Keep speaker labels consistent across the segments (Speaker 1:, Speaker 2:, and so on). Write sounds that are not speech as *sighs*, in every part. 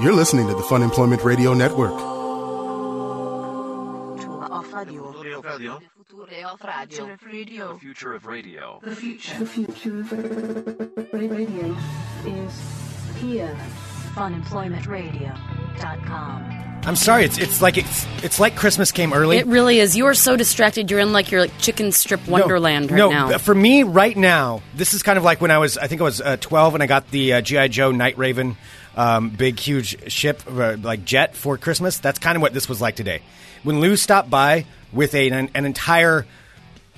Speaker 1: You're listening to the Fun Employment Radio Network.
Speaker 2: Future of radio.
Speaker 3: Future of radio.
Speaker 4: The
Speaker 3: The
Speaker 4: future of radio.
Speaker 3: future.
Speaker 5: The future of radio is here.
Speaker 2: Funemploymentradio.com.
Speaker 6: I'm sorry. It's it's like it's it's like Christmas came early.
Speaker 7: It really is. You are so distracted. You're in like your like chicken strip
Speaker 6: No,
Speaker 7: wonderland right
Speaker 6: no,
Speaker 7: now.
Speaker 6: but for me right now, this is kind of like when I was I think I was uh, 12 and I got the uh, GI Joe Night Raven um, big huge ship uh, like jet for Christmas. That's kind of what this was like today. When Lou stopped by with a, an, an entire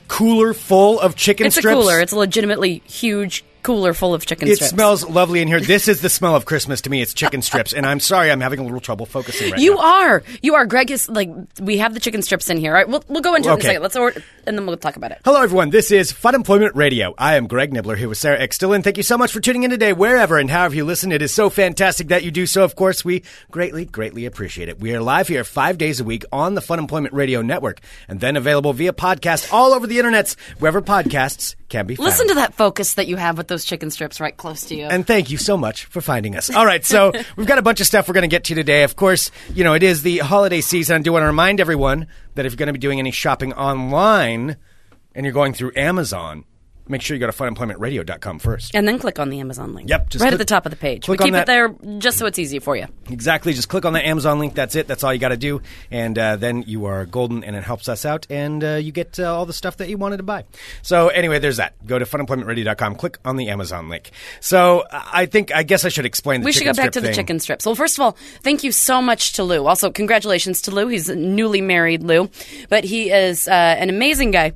Speaker 6: cooler full of chicken
Speaker 7: it's
Speaker 6: strips.
Speaker 7: a cooler. It's a legitimately huge cooler full of chicken
Speaker 6: it
Speaker 7: strips.
Speaker 6: smells lovely in here. This is the smell of Christmas to me. It's chicken strips, and I'm sorry I'm having a little trouble focusing right
Speaker 7: You
Speaker 6: now.
Speaker 7: are. You are. Greg is like we have the chicken strips in here. All right, we'll we'll go into it in
Speaker 6: Okay.
Speaker 7: a second. Let's order and then we'll talk about it.
Speaker 6: Hello, everyone. This is Fun Employment Radio. I am Greg Nibbler here with Sarah X. Dillon. Thank you so much for tuning in today, wherever and however you listen. It is so fantastic that you do so. Of course, we greatly, greatly appreciate it. We are live here five days a week on the Fun Employment Radio Network and then available via podcast all over the internets, wherever podcasts can be found.
Speaker 7: Listen to that focus that you have with those chicken strips right close to you.
Speaker 6: And thank you so much for finding us. All right,
Speaker 7: *laughs*
Speaker 6: so we've got a bunch of stuff we're going to get to today. Of course, you know, it is the holiday season. I do want to remind everyone that if you're going to be doing any shopping online and you're going through Amazon, make sure you go to funemploymentradio.com first.
Speaker 7: And then click on the Amazon link.
Speaker 6: Yep, just
Speaker 7: right
Speaker 6: click-
Speaker 7: at the top of the page. We
Speaker 6: click on
Speaker 7: keep
Speaker 6: that-
Speaker 7: it there just so it's easy for you.
Speaker 6: Exactly. Just click on the Amazon link. That's it. That's all you got to do. And uh, then you are golden and it helps us out and uh, you get uh, all the stuff that you wanted to buy. So, anyway, there's that. Go to funemploymentradio.com, click on the Amazon link. So, I think, I guess I should explain the
Speaker 7: We should
Speaker 6: chicken
Speaker 7: go back
Speaker 6: strip
Speaker 7: to the
Speaker 6: thing.
Speaker 7: chicken strips. Well, first of all, thank you so much to Lou. Also, congratulations to Lou. He's newly married, Lou, but he is uh, an amazing guy.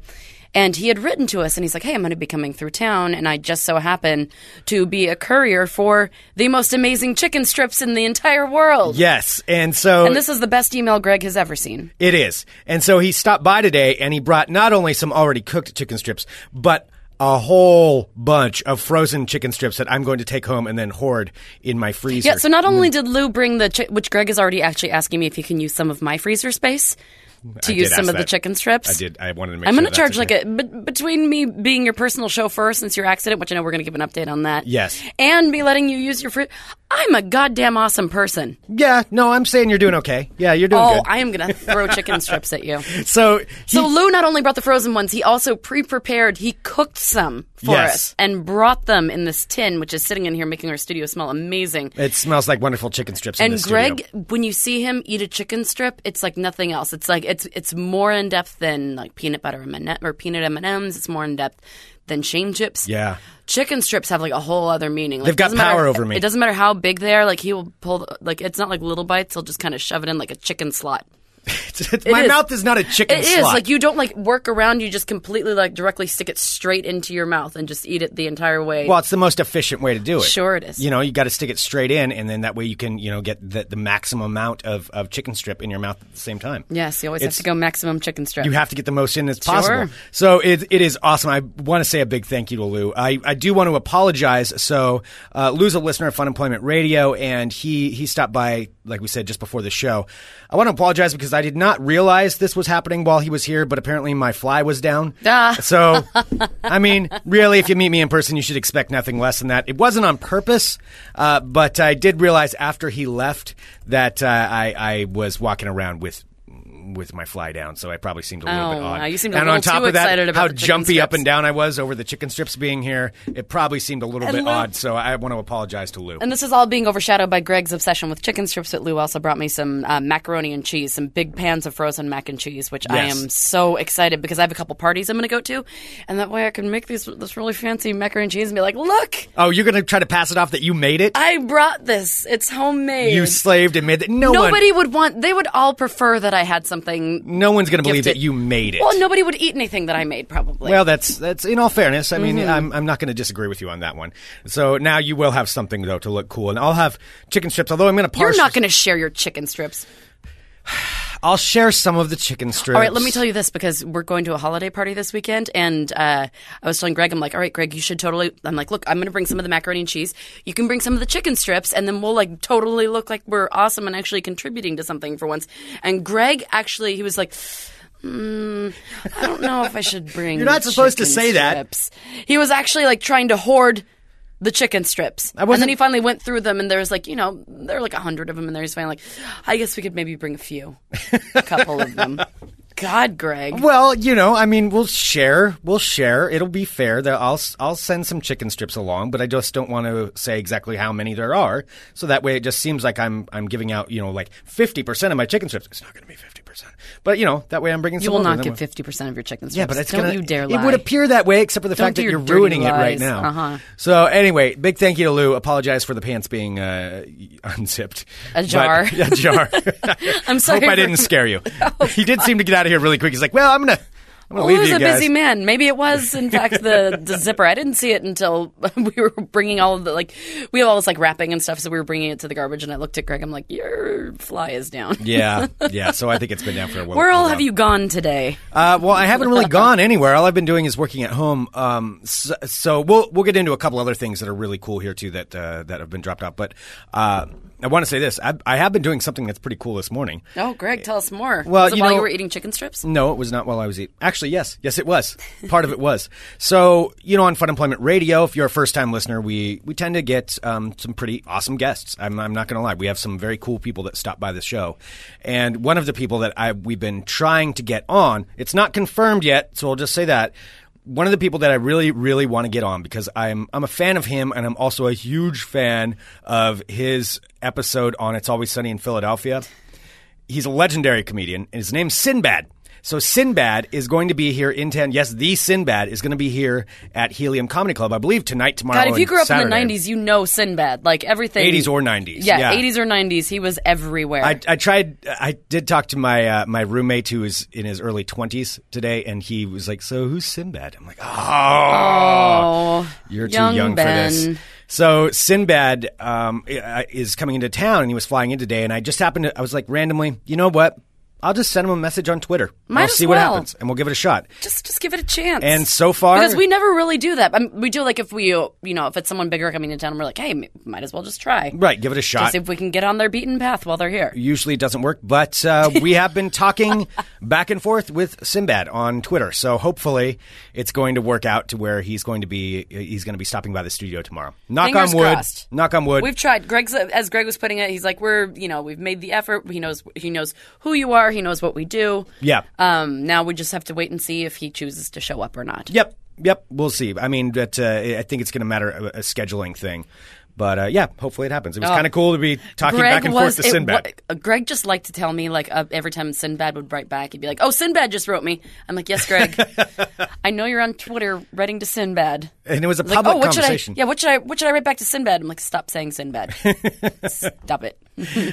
Speaker 7: And he had written to us, and he's like, "Hey, I'm going to be coming through town, and I just so happen to be a courier for the most amazing chicken strips in the entire world."
Speaker 6: Yes. And so.
Speaker 7: And this is the best email Greg has ever seen.
Speaker 6: It is. And so he stopped by today and he brought not only some already cooked chicken strips, but a whole bunch of frozen chicken strips that I'm going to take home and then hoard in my freezer.
Speaker 7: Yeah, so not only did Lou bring the, chi- which Greg is already actually asking me if he can use some of my freezer space to
Speaker 6: I did
Speaker 7: use some
Speaker 6: ask
Speaker 7: of the
Speaker 6: that.
Speaker 7: chicken strips.
Speaker 6: I did. I wanted to make
Speaker 7: I'm
Speaker 6: sure
Speaker 7: going to charge
Speaker 6: that's in
Speaker 7: like
Speaker 6: there.
Speaker 7: a bet between me being your personal chauffeur since your accident, which I know we're going to give an update on that.
Speaker 6: Yes.
Speaker 7: and me letting you use your fridge. I'm a goddamn awesome person.
Speaker 6: Yeah, no, I'm saying you're doing okay. Yeah, you're doing
Speaker 7: oh,
Speaker 6: good.
Speaker 7: I am going to throw chicken strips at
Speaker 6: *laughs*
Speaker 7: you.
Speaker 6: so, he-
Speaker 7: So Lou not only brought the frozen ones, he also pre-prepared. He cooked some for
Speaker 6: Yes.
Speaker 7: us and brought them in this tin, which is sitting in here making our studio smell amazing.
Speaker 6: it smells like wonderful chicken strips. in
Speaker 7: And
Speaker 6: the studio.
Speaker 7: Greg, when you see him eat a chicken strip, it's like nothing else. It's like it's it's more in depth than like peanut butter M&M, or peanut M and M's. It's more in depth than shame chips.
Speaker 6: Yeah. *laughs*
Speaker 7: chicken strips have like a whole other meaning. Like,
Speaker 6: They've
Speaker 7: it
Speaker 6: got
Speaker 7: doesn't matter-
Speaker 6: power over me.
Speaker 7: It doesn't matter how big they are. Like he will pull the- like it's not like little bites. He'll just kind of shove it in like a chicken slot.
Speaker 6: my
Speaker 7: is.
Speaker 6: mouth is not a chicken
Speaker 7: It is
Speaker 6: slot.
Speaker 7: like you don't like work around. You just completely like directly stick it straight into your mouth and just eat it the entire way.
Speaker 6: Well, it's the most efficient way to do it.
Speaker 7: Sure it is.
Speaker 6: You know, you got to stick it straight in, and then that way you can, you know, get the, the maximum amount of, of chicken strip in your mouth at the same time.
Speaker 7: yes, you always
Speaker 6: It's-
Speaker 7: have to go maximum chicken strip.
Speaker 6: You have to get the most in as
Speaker 7: Sure.
Speaker 6: possible. So it, it is awesome. I want to say a big thank you to Lou. I, I do want to apologize. So uh, Lou's a listener of Fun Employment Radio, and he, he stopped by, like we said, just before the show. I want to apologize because I did not realize this was happening while he was here, but apparently my fly was down.
Speaker 7: Ah.
Speaker 6: *laughs* So, I mean, really, if you meet me in person, you should expect nothing less than that. It wasn't on purpose, uh, but I did realize after he left that uh, I, I was walking around with with my fly down, so I probably seemed a little
Speaker 7: Oh,
Speaker 6: bit odd.
Speaker 7: wow, you seemed a
Speaker 6: and
Speaker 7: little
Speaker 6: on top
Speaker 7: too
Speaker 6: of that,
Speaker 7: excited about
Speaker 6: how
Speaker 7: the chicken
Speaker 6: jumpy up
Speaker 7: strips.
Speaker 6: and down I was over the chicken strips being here, it probably seemed a little bit
Speaker 7: Lou-
Speaker 6: odd. So I want to apologize to Lou.
Speaker 7: And this is all being overshadowed by Greg's obsession with chicken strips. But Lou also brought me some uh, macaroni and cheese, some big pans of frozen mac and cheese, which I
Speaker 6: Yes.
Speaker 7: am so excited because I have a couple parties I'm going to go to, and that way I can make these this really fancy macaroni and cheese and be like, "Look,
Speaker 6: oh, you're going to try to pass it off that you made it?
Speaker 7: I brought this. It's homemade."
Speaker 6: you slaved and made it. No
Speaker 7: Nobody
Speaker 6: one,
Speaker 7: would want. They would all prefer that I had something.
Speaker 6: no one's going to believe
Speaker 7: Gifted.
Speaker 6: that you made it.
Speaker 7: Well, nobody would eat anything that I made, probably.
Speaker 6: Well, that's that's in all fairness. I
Speaker 7: Mm-hmm.
Speaker 6: mean, I'm, I'm not going to disagree with you on that one. So now you will have something though to look cool, and I'll have chicken strips. Although I'm going to
Speaker 7: you're
Speaker 6: partially,
Speaker 7: not going to share your chicken strips.
Speaker 6: I'll share some of the chicken strips.
Speaker 7: All right, let me tell you this because we're going to a holiday party this weekend, and uh, I was telling Greg, I'm like, all right, Greg, you should totally. I'm like, look, I'm going to bring some of the macaroni and cheese. You can bring some of the chicken strips, and then we'll like totally look like we're awesome and actually contributing to something for once. And Greg actually, he was like. Mm,
Speaker 6: *laughs*
Speaker 7: I don't know if I should bring.
Speaker 6: You're not supposed to
Speaker 7: chicken
Speaker 6: say that.
Speaker 7: strips." He was actually like trying to hoard the chicken strips.
Speaker 6: wasn't-
Speaker 7: And then he finally went through them, and there was like, you know, there were like a hundred of them, and there he's finally like, I guess we could maybe bring a few, a couple of
Speaker 6: *laughs*
Speaker 7: them. God, Greg.
Speaker 6: Well, you know, I mean, we'll share. We'll share. It'll be fair. That I'll I'll send some chicken strips along, but I just don't want to say exactly how many there are. So that way, it just seems like I'm I'm giving out, you know, like fifty percent of my chicken strips. It's not going to be fifty percent, but you know, that way I'm bringing.
Speaker 7: You
Speaker 6: some
Speaker 7: will
Speaker 6: over.
Speaker 7: not
Speaker 6: Then
Speaker 7: get
Speaker 6: we'll-
Speaker 7: fifty percent of your chicken strips.
Speaker 6: Yeah, but it's
Speaker 7: don't
Speaker 6: gonna,
Speaker 7: you dare
Speaker 6: It
Speaker 7: lie.
Speaker 6: would appear that way, except for the
Speaker 7: Don't
Speaker 6: fact
Speaker 7: do
Speaker 6: that
Speaker 7: your
Speaker 6: you're
Speaker 7: dirty
Speaker 6: ruining it right
Speaker 7: lies.
Speaker 6: now.
Speaker 7: Uh-huh.
Speaker 6: So anyway, big thank you to Lou. Apologize for the pants being uh, unzipped.
Speaker 7: A jar.
Speaker 6: But, *laughs*
Speaker 7: *laughs*
Speaker 6: a jar.
Speaker 7: I'm sorry.
Speaker 6: Hope I
Speaker 7: for- *laughs*
Speaker 6: didn't scare you. he did seem to get out of here really quick. He's like, "Well, I'm gonna, I'm gonna
Speaker 7: Well, he
Speaker 6: leave
Speaker 7: was
Speaker 6: you
Speaker 7: a
Speaker 6: guys."
Speaker 7: busy man. Maybe it was, in fact, the, the zipper. I didn't see it until *laughs* we were bringing all of the like we have all this like wrapping and stuff. So we were bringing it to the garbage, and I looked at Greg. I'm like, your fly is down.
Speaker 6: *laughs* yeah, yeah. So I think it's been down for a
Speaker 7: *laughs*
Speaker 6: while.
Speaker 7: Where all
Speaker 6: while.
Speaker 7: have you gone today?
Speaker 6: Uh, well, I haven't really gone anywhere. All I've been doing is working at home. Um, so, so we'll we'll get into a couple other things that are really cool here too that uh, that have been dropped off. But uh, I want to say this: I, I have been doing something that's pretty cool this morning.
Speaker 7: Oh, Greg, tell us more.
Speaker 6: Well,
Speaker 7: Was it
Speaker 6: you
Speaker 7: while
Speaker 6: know- Mm,
Speaker 7: you were eating chicken strips.
Speaker 6: No, it was not while I was eating. Actually, yes, yes, it was. Part of it was. So you know, on Fun Employment Radio, if you're a first time listener, we we tend to get um, some pretty awesome guests. I'm, I'm not going to lie, we have some very cool people that stop by the show, and one of the people that I we've been trying to get on. It's not confirmed yet, so I'll just say that. One of the people that I really, really want to get on because I'm I'm a fan of him and I'm also a huge fan of his episode on It's Always Sunny in Philadelphia he's a legendary comedian, and his name's Sinbad. So Sinbad is going to be here in town. Yes, the Sinbad is going to be here at Helium Comedy Club, I believe, tonight, tomorrow.
Speaker 7: God, if you
Speaker 6: and
Speaker 7: grew up
Speaker 6: oh, Saturday.
Speaker 7: in the '90s, you know Sinbad. Like everything,
Speaker 6: 80s or 90s,
Speaker 7: Yeah,
Speaker 6: yeah.
Speaker 7: '80s or '90s. He was everywhere.
Speaker 6: I, I tried. I did talk to my uh, my roommate who is in his early twenties today, and he was like, "So who's Sinbad?" I'm like, "Oh, you're
Speaker 7: young
Speaker 6: too young
Speaker 7: Ben.
Speaker 6: for this." So Sinbad um, i- is coming into town, and he was flying in today, and I just happened to. I was like, randomly, you know what? I'll just send him a message on Twitter. and
Speaker 7: Might
Speaker 6: I'll
Speaker 7: as
Speaker 6: see what
Speaker 7: well.
Speaker 6: happens, and we'll give it a shot.
Speaker 7: just just give it a chance.
Speaker 6: And so far,
Speaker 7: because we never really do that. I mean, we do like if we uh, you know if it's someone bigger coming to town, we're like, hey, m- might as well just try.
Speaker 6: right, give it a shot.
Speaker 7: Just see if we can get on their beaten path while they're here.
Speaker 6: usually it doesn't work, but uh, we have been
Speaker 7: *laughs*
Speaker 6: talking back and forth with Sinbad on Twitter. So hopefully it's going to work out to where he's going to be he's going to be stopping by the studio tomorrow. Knock
Speaker 7: Fingers
Speaker 6: on wood.
Speaker 7: crossed.
Speaker 6: Knock on wood.
Speaker 7: We've tried. Greg's as Greg was putting it, he's like, we're you know we've made the effort. He knows he knows who you are. He knows what we do.
Speaker 6: Yeah.
Speaker 7: Um. Now we just have to wait and see if he chooses to show up or not.
Speaker 6: yep. Yep, we'll see. I mean, but uh, I think it's going to matter uh, a, a scheduling thing. But uh, yeah, hopefully it happens. It was kind of cool to be talking back and forth to
Speaker 7: Oh. it
Speaker 6: Sinbad.
Speaker 7: wa- Greg just liked to tell me like uh, every time Sinbad would write back, he'd be like, "Oh, Sinbad just wrote me." I'm like, "Yes,
Speaker 6: *laughs*
Speaker 7: Greg. I know you're on Twitter writing to Sinbad."
Speaker 6: and it was a
Speaker 7: Like,
Speaker 6: public
Speaker 7: oh, what should I?
Speaker 6: conversation.
Speaker 7: Yeah, what should I? What should I write back to Sinbad? I'm like, "Stop saying
Speaker 6: *laughs*
Speaker 7: Sinbad. Stop it."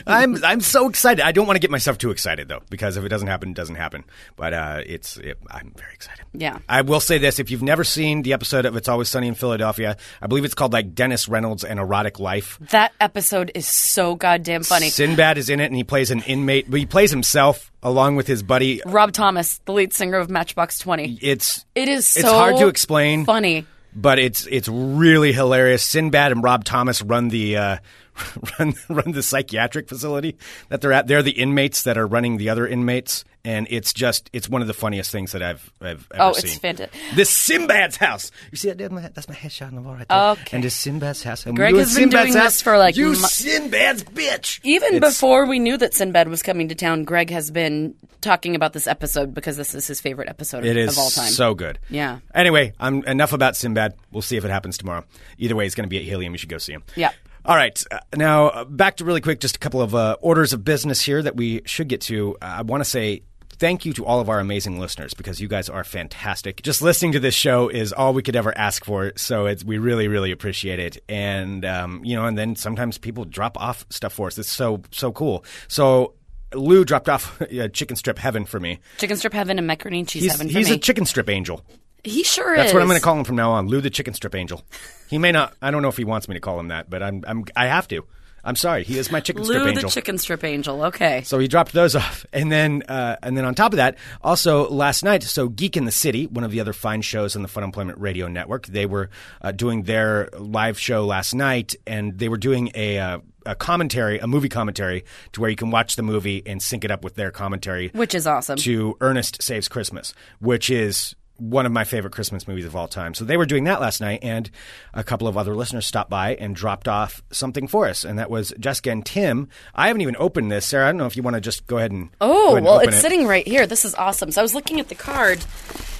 Speaker 6: I'm I'm so excited. I don't want to get myself too excited though, because if it doesn't happen, it doesn't happen. But uh, it's it, I'm very excited.
Speaker 7: Yeah.
Speaker 6: I will say this: if you've never seen the episode of It's Always Sunny in Philadelphia, I believe it's called like Dennis Reynolds and Erotic Life.
Speaker 7: That episode is so goddamn funny.
Speaker 6: Sinbad is in it, and he plays an inmate. But he plays himself along with his buddy.
Speaker 7: Rob Thomas, the lead singer of Matchbox Twenty.
Speaker 6: It's
Speaker 7: It is so
Speaker 6: it's hard to explain.
Speaker 7: Funny.
Speaker 6: but it's it's really hilarious. Sinbad and Rob Thomas run the uh, *laughs* run run the psychiatric facility that they're at. They're the inmates that are running the other inmates, and it's just it's one of the funniest things that I've I've ever
Speaker 7: Oh,
Speaker 6: seen.
Speaker 7: it's fantastic.
Speaker 6: This Sinbad's house. You see that? That's my, that's my headshot on the wall right there.
Speaker 7: Okay.
Speaker 6: And this Sinbad's house. And
Speaker 7: Greg
Speaker 6: you
Speaker 7: has been
Speaker 6: Sinbad's
Speaker 7: doing
Speaker 6: house,
Speaker 7: this for, like,
Speaker 6: you
Speaker 7: mo-
Speaker 6: Sinbad's bitch.
Speaker 7: Even
Speaker 6: It's-
Speaker 7: before we knew that Sinbad was coming to town, Greg has been talking about this episode because this is his favorite episode
Speaker 6: It is
Speaker 7: of all time.
Speaker 6: so good.
Speaker 7: Yeah.
Speaker 6: Anyway, I'm enough about Sinbad. We'll see if it happens tomorrow. Either way, it's going to be at Helium. You should go see him.
Speaker 7: Yeah.
Speaker 6: All right. Uh, now uh, back to really quick, just a couple of uh, orders of business here that we should get to. Uh, I want to say. Thank you to all of our amazing listeners because you guys are fantastic. Just listening to this show is all we could ever ask for, so it's, we really, really appreciate it. And um, you know, and then sometimes people drop off stuff for us. It's so, so cool. So Lou dropped off *laughs* uh, chicken strip heaven for me.
Speaker 7: Chicken strip heaven and macaroni and cheese
Speaker 6: He's,
Speaker 7: heaven for
Speaker 6: he's
Speaker 7: me.
Speaker 6: a chicken strip angel.
Speaker 7: he sure is.
Speaker 6: That's what I'm going to call him from now on, Lou the Chicken Strip Angel. He may not. I don't know if he wants me to call him that, but I'm. I'm I have to. I'm sorry. He is my chicken strip
Speaker 7: Lou
Speaker 6: angel.
Speaker 7: the chicken strip angel. Okay.
Speaker 6: so he dropped those off, and then uh, and then on top of that, also last night, so Geek in the City, one of the other fine shows on the Fun Employment Radio Network, they were uh, doing their live show last night, and they were doing a. Uh, a commentary, a movie commentary, to where you can watch the movie and sync it up with their commentary
Speaker 7: Which is awesome.
Speaker 6: to Ernest Saves Christmas, which is one of my favorite Christmas movies of all time. So they were doing that last night, and a couple of other listeners stopped by and dropped off something for us, and that was Jessica and Tim. I haven't even opened this, Sarah. I don't know if you want to just go ahead and go
Speaker 7: Oh,
Speaker 6: ahead and
Speaker 7: well,
Speaker 6: open
Speaker 7: it's
Speaker 6: it.
Speaker 7: sitting right here. This is awesome. So I was looking at the card.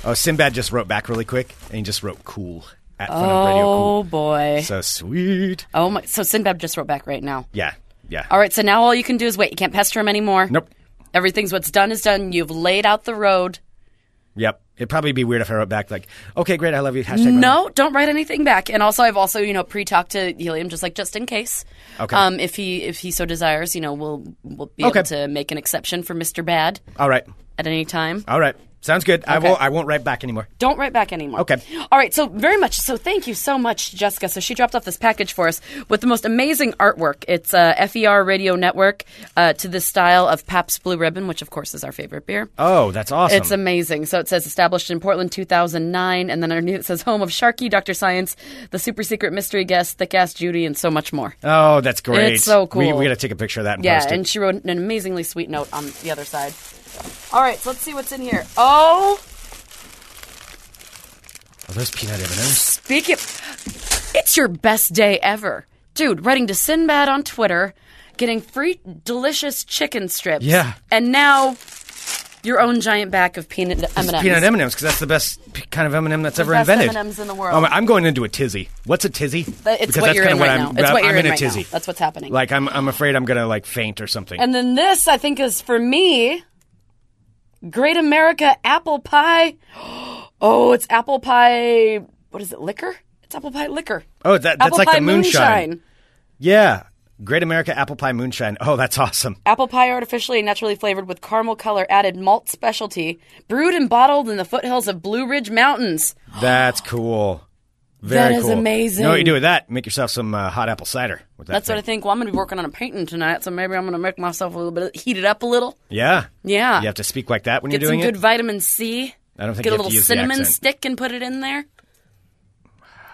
Speaker 6: Oh, Sinbad just wrote back really quick, and he just wrote "cool" at Fun of Radio Cool.
Speaker 7: Oh boy.
Speaker 6: So sweet.
Speaker 7: Oh my. So Sinbad just wrote back right now.
Speaker 6: Yeah, yeah.
Speaker 7: All right. So now all you can do is wait. You can't pester him anymore.
Speaker 6: Nope.
Speaker 7: Everything's what's done is done. You've laid out the road.
Speaker 6: Yep. It'd probably be weird if I wrote back like, "Okay, great, I love you." Hashtag
Speaker 7: No, don't write anything back. And also, I've also you know pre-talked to Helium just like just in case.
Speaker 6: Okay.
Speaker 7: Um, if he if he so desires, you know, we'll we'll be
Speaker 6: Okay.
Speaker 7: able to make an exception for Mister Bad
Speaker 6: All right.
Speaker 7: at any time.
Speaker 6: All right. Sounds good. I
Speaker 7: Okay.
Speaker 6: won't. I won't write back anymore.
Speaker 7: Don't write back anymore.
Speaker 6: Okay.
Speaker 7: All right. So very much. So thank you so much, to Jessica. So she dropped off this package for us with the most amazing artwork. It's uh, FER Radio Network uh, to the style of Pabst Blue Ribbon, which of course is our favorite beer.
Speaker 6: Oh, that's awesome.
Speaker 7: It's amazing. So it says established in Portland 2009, and then underneath it says home of Sharky, Dr. Science, the super secret mystery guest, Thick Ass Judy, and so much more.
Speaker 6: oh, that's great.
Speaker 7: It's so
Speaker 6: We,
Speaker 7: cool.
Speaker 6: we got to take a picture of that and
Speaker 7: yeah,
Speaker 6: post it.
Speaker 7: and she wrote an amazingly sweet note on the other side. All right, so let's see what's in here. Oh,
Speaker 6: oh, those peanut M&Ms.
Speaker 7: speak it. It's your best day ever. Dude, writing to Sinbad on Twitter, getting free delicious chicken strips.
Speaker 6: Yeah.
Speaker 7: And now your own giant bag of peanut M&Ms.
Speaker 6: Peanut M&Ms because that's the best p- kind of M&M that's ever
Speaker 7: best
Speaker 6: invented.
Speaker 7: M&Ms in the world.
Speaker 6: Oh, my- I'm going into a tizzy. What's a tizzy?
Speaker 7: But It's
Speaker 6: because
Speaker 7: what
Speaker 6: that's
Speaker 7: you're
Speaker 6: kinda
Speaker 7: in
Speaker 6: what
Speaker 7: right
Speaker 6: I'm,
Speaker 7: now. It's what you're
Speaker 6: I'm
Speaker 7: in,
Speaker 6: a
Speaker 7: right
Speaker 6: tizzy.
Speaker 7: now. That's what's happening.
Speaker 6: Like I'm, I'm afraid I'm gonna like faint or something.
Speaker 7: And then this, I think, is for me Great America apple pie. *gasps* Oh, it's apple pie. What is it? Liquor? It's apple pie liquor.
Speaker 6: oh, that, that's
Speaker 7: apple
Speaker 6: like
Speaker 7: pie
Speaker 6: the moonshine.
Speaker 7: moonshine.
Speaker 6: Yeah, Great America Apple Pie Moonshine. Oh, that's awesome.
Speaker 7: Apple pie artificially and naturally flavored with caramel color added malt specialty, brewed and bottled in the foothills of Blue Ridge Mountains.
Speaker 6: That's cool. Very
Speaker 7: That is
Speaker 6: cool.
Speaker 7: amazing.
Speaker 6: You know what you do with that? Make yourself some uh, hot apple cider with that.
Speaker 7: That's
Speaker 6: thing.
Speaker 7: what I think. Well, I'm going to be working on a painting tonight, so maybe I'm going to make myself a little bit, heat it up a little.
Speaker 6: Yeah.
Speaker 7: Yeah.
Speaker 6: You have to speak like that when
Speaker 7: Get
Speaker 6: you're
Speaker 7: some
Speaker 6: doing
Speaker 7: good
Speaker 6: it.
Speaker 7: vitamin C.
Speaker 6: I don't think
Speaker 7: Get
Speaker 6: you
Speaker 7: a
Speaker 6: have to
Speaker 7: little
Speaker 6: use the
Speaker 7: cinnamon
Speaker 6: accent.
Speaker 7: stick and put it in there.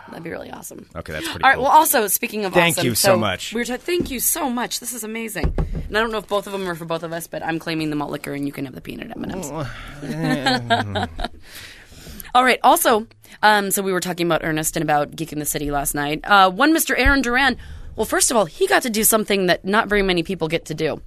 Speaker 7: That'd be really awesome.
Speaker 6: Okay, that's pretty
Speaker 7: All right.
Speaker 6: cool.
Speaker 7: Well, also speaking of
Speaker 6: Thank
Speaker 7: awesome,
Speaker 6: you so much.
Speaker 7: We were ta- thank you so much. This is amazing. And I don't know if both of them are for both of us, but I'm claiming the malt liquor, and you can have the peanut M and M's. *laughs* All right. Also, um, so we were talking about Ernest and about Geek in the City last night. Uh, one, Mr. Aaron Duran. Well, first of all, he got to do something that not very many people get to do.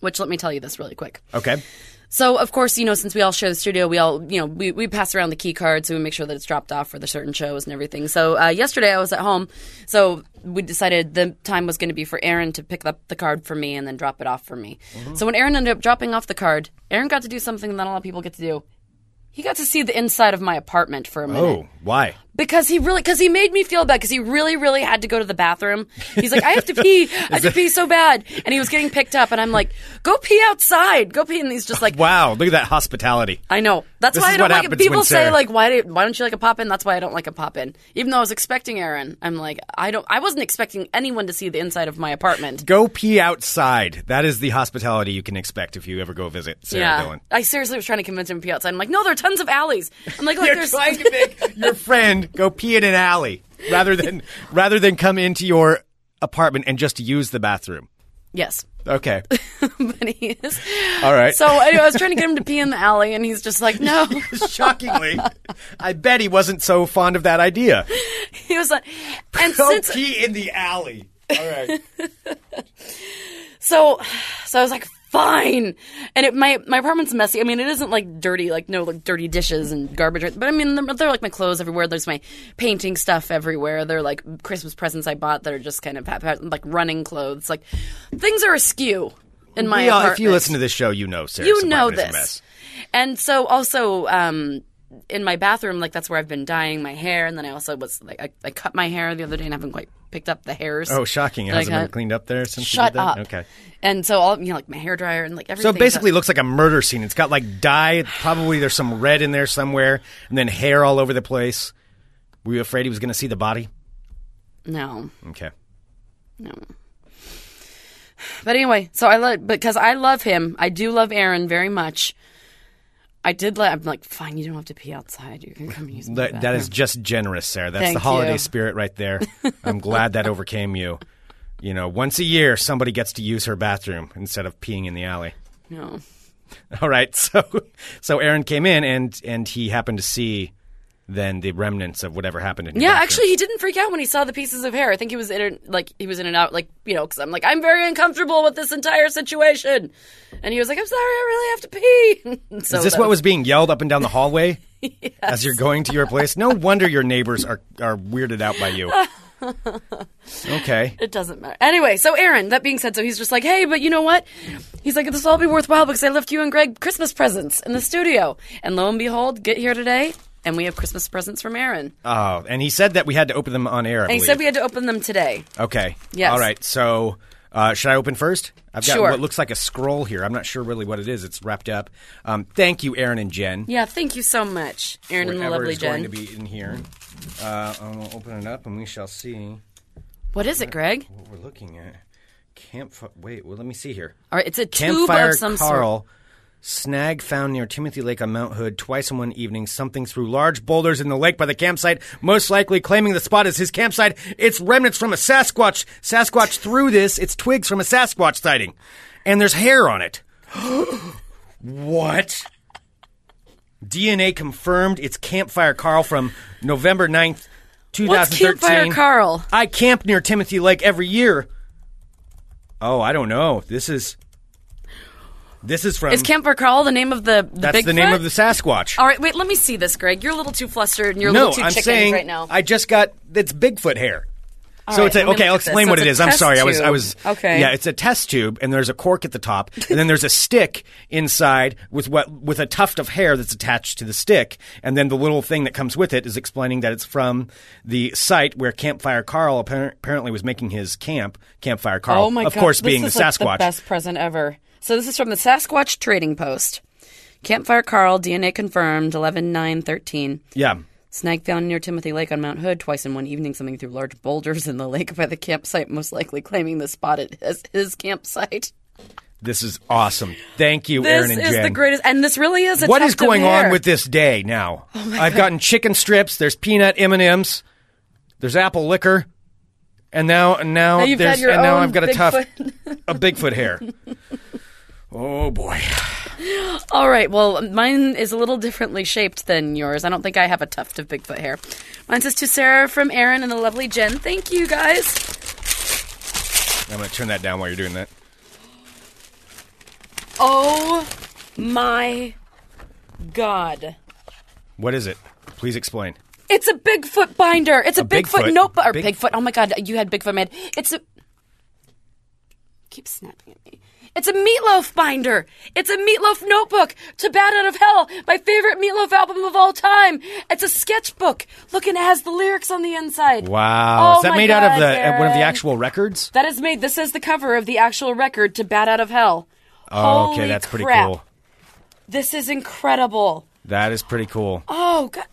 Speaker 7: Which let me tell you this really quick.
Speaker 6: okay.
Speaker 7: So of course, you know, since we all share the studio, we all, you know, we, we pass around the key card, so we make sure that it's dropped off for the certain shows and everything. So uh, yesterday I was at home, so we decided the time was going to be for Aaron to pick up the card for me and then drop it off for me. So when Aaron ended up dropping off the card, Aaron got to do something that not a lot of people get to do. He got to see the inside of my apartment for a minute
Speaker 6: Oh, why?
Speaker 7: because he really because he made me feel bad because he really really had to go to the bathroom he's like i have to pee i have to pee so bad and he was getting picked up and i'm like go pee outside go pee and he's just like
Speaker 6: Wow, look at that hospitality.
Speaker 7: I know. That's
Speaker 6: This
Speaker 7: why
Speaker 6: is
Speaker 7: I don't
Speaker 6: what
Speaker 7: like it.
Speaker 6: happens
Speaker 7: People
Speaker 6: when
Speaker 7: say
Speaker 6: Sarah-
Speaker 7: like, why do why don't you like a pop in? That's why I don't like a pop in. Even though I was expecting Aaron, I'm like, I don't. I wasn't expecting anyone to see the inside of my apartment.
Speaker 6: Go pee outside. That is the hospitality you can expect if you ever go visit Sarah Dillon.
Speaker 7: I seriously was trying to convince him to pee outside. I'm like, no, there are tons of alleys. I'm like, look,
Speaker 6: You're
Speaker 7: there's
Speaker 6: trying to make your friend go pee in an alley rather than rather than come into your apartment and just use the bathroom.
Speaker 7: *laughs* yes, *laughs*
Speaker 6: Okay. *laughs*
Speaker 7: but he is.
Speaker 6: All right.
Speaker 7: So anyway, I was trying to get him to pee in the alley, and he's just like, no. *laughs*
Speaker 6: shockingly, I bet he wasn't so fond of that idea.
Speaker 7: He was like, and
Speaker 6: Go
Speaker 7: since
Speaker 6: pee in the alley. All right.
Speaker 7: So, so I was like, fine. And it, my my apartment's messy. I mean, it isn't like dirty, like no like dirty dishes and garbage. or- But I mean, they're, they're like my clothes everywhere. There's my painting stuff everywhere. They're like Christmas presents I bought that are just kind of hap- like running clothes. Like things are askew in *laughs* my
Speaker 6: We all-
Speaker 7: apartment.
Speaker 6: if you listen to this show, you know Sarah's
Speaker 7: you know
Speaker 6: apartment is a
Speaker 7: this.
Speaker 6: mess.
Speaker 7: And so also um, in my bathroom, like that's where I've been dyeing my hair. And then I also was like, I, I cut my hair the other day and haven't quite picked up the hairs.
Speaker 6: Oh, shocking! It
Speaker 7: Like,
Speaker 6: hasn't been
Speaker 7: uh,
Speaker 6: cleaned up there since you
Speaker 7: Shut
Speaker 6: did that.
Speaker 7: up.
Speaker 6: Okay.
Speaker 7: And so all you know, like my hair dryer and like
Speaker 6: So
Speaker 7: everything.
Speaker 6: it basically, looks like a murder scene. It's got like dye. Probably there's some red in there somewhere, and then hair all over the place. Were you afraid he was going to see the body?
Speaker 7: no,
Speaker 6: Okay.
Speaker 7: no. But anyway, so I love because I love him. I do love Aaron very much. I did. Let, I'm like, fine. You don't have to pee outside. You can
Speaker 6: *laughs*
Speaker 7: come use. my
Speaker 6: That, that is just generous, Sarah. That's the
Speaker 7: Thank
Speaker 6: holiday
Speaker 7: you.
Speaker 6: spirit right there. I'm glad that overcame you. You know, once a year, somebody gets to use her bathroom instead of peeing in the alley. *laughs*
Speaker 7: bathroom."
Speaker 6: All right. *laughs* So so Aaron came in and and he happened to see then the remnants of whatever happened in New
Speaker 7: Yeah,
Speaker 6: Hampshire.
Speaker 7: actually, he didn't freak out when he saw the pieces of hair. I think he was in and, like he was in and out, like you know, because I'm like I'm very uncomfortable with this entire situation, and he was like, I'm sorry, I really have to pee. *laughs* so
Speaker 6: Is this
Speaker 7: that
Speaker 6: what was being yelled up and down
Speaker 7: *laughs*
Speaker 6: the hallway as you're going to your place? No wonder your neighbors are are weirded out
Speaker 7: *laughs*
Speaker 6: by you. Okay.
Speaker 7: It doesn't matter. Anyway, so Aaron, that being said, so he's just like, hey, but you know what? He's like, this will all be worthwhile because I left you and Greg Christmas presents in the studio. And lo and behold, get here today, and we have Christmas presents from Aaron.
Speaker 6: Oh, and he said that we had to open them on air. I
Speaker 7: and he
Speaker 6: believe.
Speaker 7: said we had to open them today.
Speaker 6: Okay.
Speaker 7: Yes.
Speaker 6: All right. So, uh, should I open first? I've got
Speaker 7: Sure.
Speaker 6: what looks like a scroll here. I'm not sure really what it is. It's wrapped up. Um, thank you, Aaron and Jen.
Speaker 7: Yeah, thank you so much, Aaron and the
Speaker 6: Whatever
Speaker 7: lovely
Speaker 6: is going
Speaker 7: Jen.
Speaker 6: to be in here. Uh, I'm gonna open it up and we shall see
Speaker 7: what is it, Greg?
Speaker 6: what we're looking at. Campfire. Wait. Well, let me see here.
Speaker 7: All right, it's a tube
Speaker 6: Campfire
Speaker 7: of some sort.
Speaker 6: Carl. Snag found near Timothy Lake on Mount Hood twice in one evening. Something threw large boulders in the lake by the campsite, most likely claiming the spot as his campsite. It's remnants from a Sasquatch. Sasquatch threw this. It's twigs from a Sasquatch sighting. And there's hair on it. *gasps* what? DNA confirmed it's Campfire Carl from November 9th, 2013.
Speaker 7: What's Campfire Carl?
Speaker 6: I camp near Timothy Lake every year. Oh, I don't know. This is this is from
Speaker 7: Is Campfire Carl the name of the, the
Speaker 6: Um, that's the
Speaker 7: Bigfoot?
Speaker 6: name of the Sasquatch.
Speaker 7: All right, wait, let me see this, Greg. You're a little too flustered and you're a
Speaker 6: no,
Speaker 7: little too
Speaker 6: I'm
Speaker 7: chicken
Speaker 6: saying
Speaker 7: right now.
Speaker 6: I just got it's Bigfoot hair. so
Speaker 7: right,
Speaker 6: it's a,
Speaker 7: let me
Speaker 6: okay.
Speaker 7: look
Speaker 6: I'll
Speaker 7: at this.
Speaker 6: explain
Speaker 7: So
Speaker 6: what
Speaker 7: it's
Speaker 6: it
Speaker 7: a
Speaker 6: is. I'm
Speaker 7: test
Speaker 6: sorry. I was I
Speaker 7: tube.
Speaker 6: was
Speaker 7: Okay.
Speaker 6: Yeah, it's a test tube, and there's a cork at the top, and then there's a stick inside with what with a tuft of hair that's attached to the stick, and then the little thing that comes with it is explaining that it's from the site where Campfire Carl appar- apparently was making his camp. Campfire Carl,
Speaker 7: Oh my
Speaker 6: of
Speaker 7: God.
Speaker 6: course,
Speaker 7: This
Speaker 6: being
Speaker 7: is
Speaker 6: the
Speaker 7: like
Speaker 6: Sasquatch.
Speaker 7: the best present ever. So this is from the Sasquatch Trading Post. Campfire Carl, DNA confirmed, 11 9 13.
Speaker 6: yeah.
Speaker 7: Snag found near Timothy Lake on Mount Hood twice in one evening, something through large boulders in the lake by the campsite, most likely claiming the spot it as his campsite.
Speaker 6: This is awesome. Thank you,
Speaker 7: This
Speaker 6: Aaron and
Speaker 7: is
Speaker 6: Jen.
Speaker 7: the greatest, and this really is a
Speaker 6: What
Speaker 7: tuft
Speaker 6: is
Speaker 7: of
Speaker 6: going
Speaker 7: hair. Oh,
Speaker 6: on with this day
Speaker 7: *laughs*
Speaker 6: now? I've gotten chicken strips. There's peanut M and M's. There's apple liquor, and now and now,
Speaker 7: you've got
Speaker 6: there's
Speaker 7: your
Speaker 6: and now
Speaker 7: own
Speaker 6: I've got a
Speaker 7: Bigfoot.
Speaker 6: tough *laughs* a Bigfoot hair. oh boy!
Speaker 7: All right, well, mine is a little differently shaped than yours. I don't think I have a tuft of Bigfoot hair. Mine says to Sarah from Aaron and the lovely Jen. Thank you guys.
Speaker 6: I'm going to turn that down while you're doing that.
Speaker 7: Oh my god.
Speaker 6: What is it? Please explain.
Speaker 7: It's a Bigfoot binder. It's a, Bigfoot,
Speaker 6: Bigfoot-
Speaker 7: notebook. Or
Speaker 6: Big-
Speaker 7: Bigfoot. Oh my god, you had Bigfoot made. It's a. Keep snapping at me. It's a meatloaf binder. It's a meatloaf notebook to Bad Out of Hell, my favorite meatloaf album of all time. It's a sketchbook. Look, and it has the lyrics on the inside.
Speaker 6: Wow!
Speaker 7: Oh
Speaker 6: is that
Speaker 7: my
Speaker 6: made out of
Speaker 7: God,
Speaker 6: the uh, one of
Speaker 7: Aaron.
Speaker 6: the actual records?
Speaker 7: That is made. This is the cover of the actual record to Bad Out of Hell.
Speaker 6: Oh,
Speaker 7: Holy
Speaker 6: okay, that's pretty
Speaker 7: crap.
Speaker 6: cool.
Speaker 7: This is incredible.
Speaker 6: That is pretty cool.
Speaker 7: Oh, God.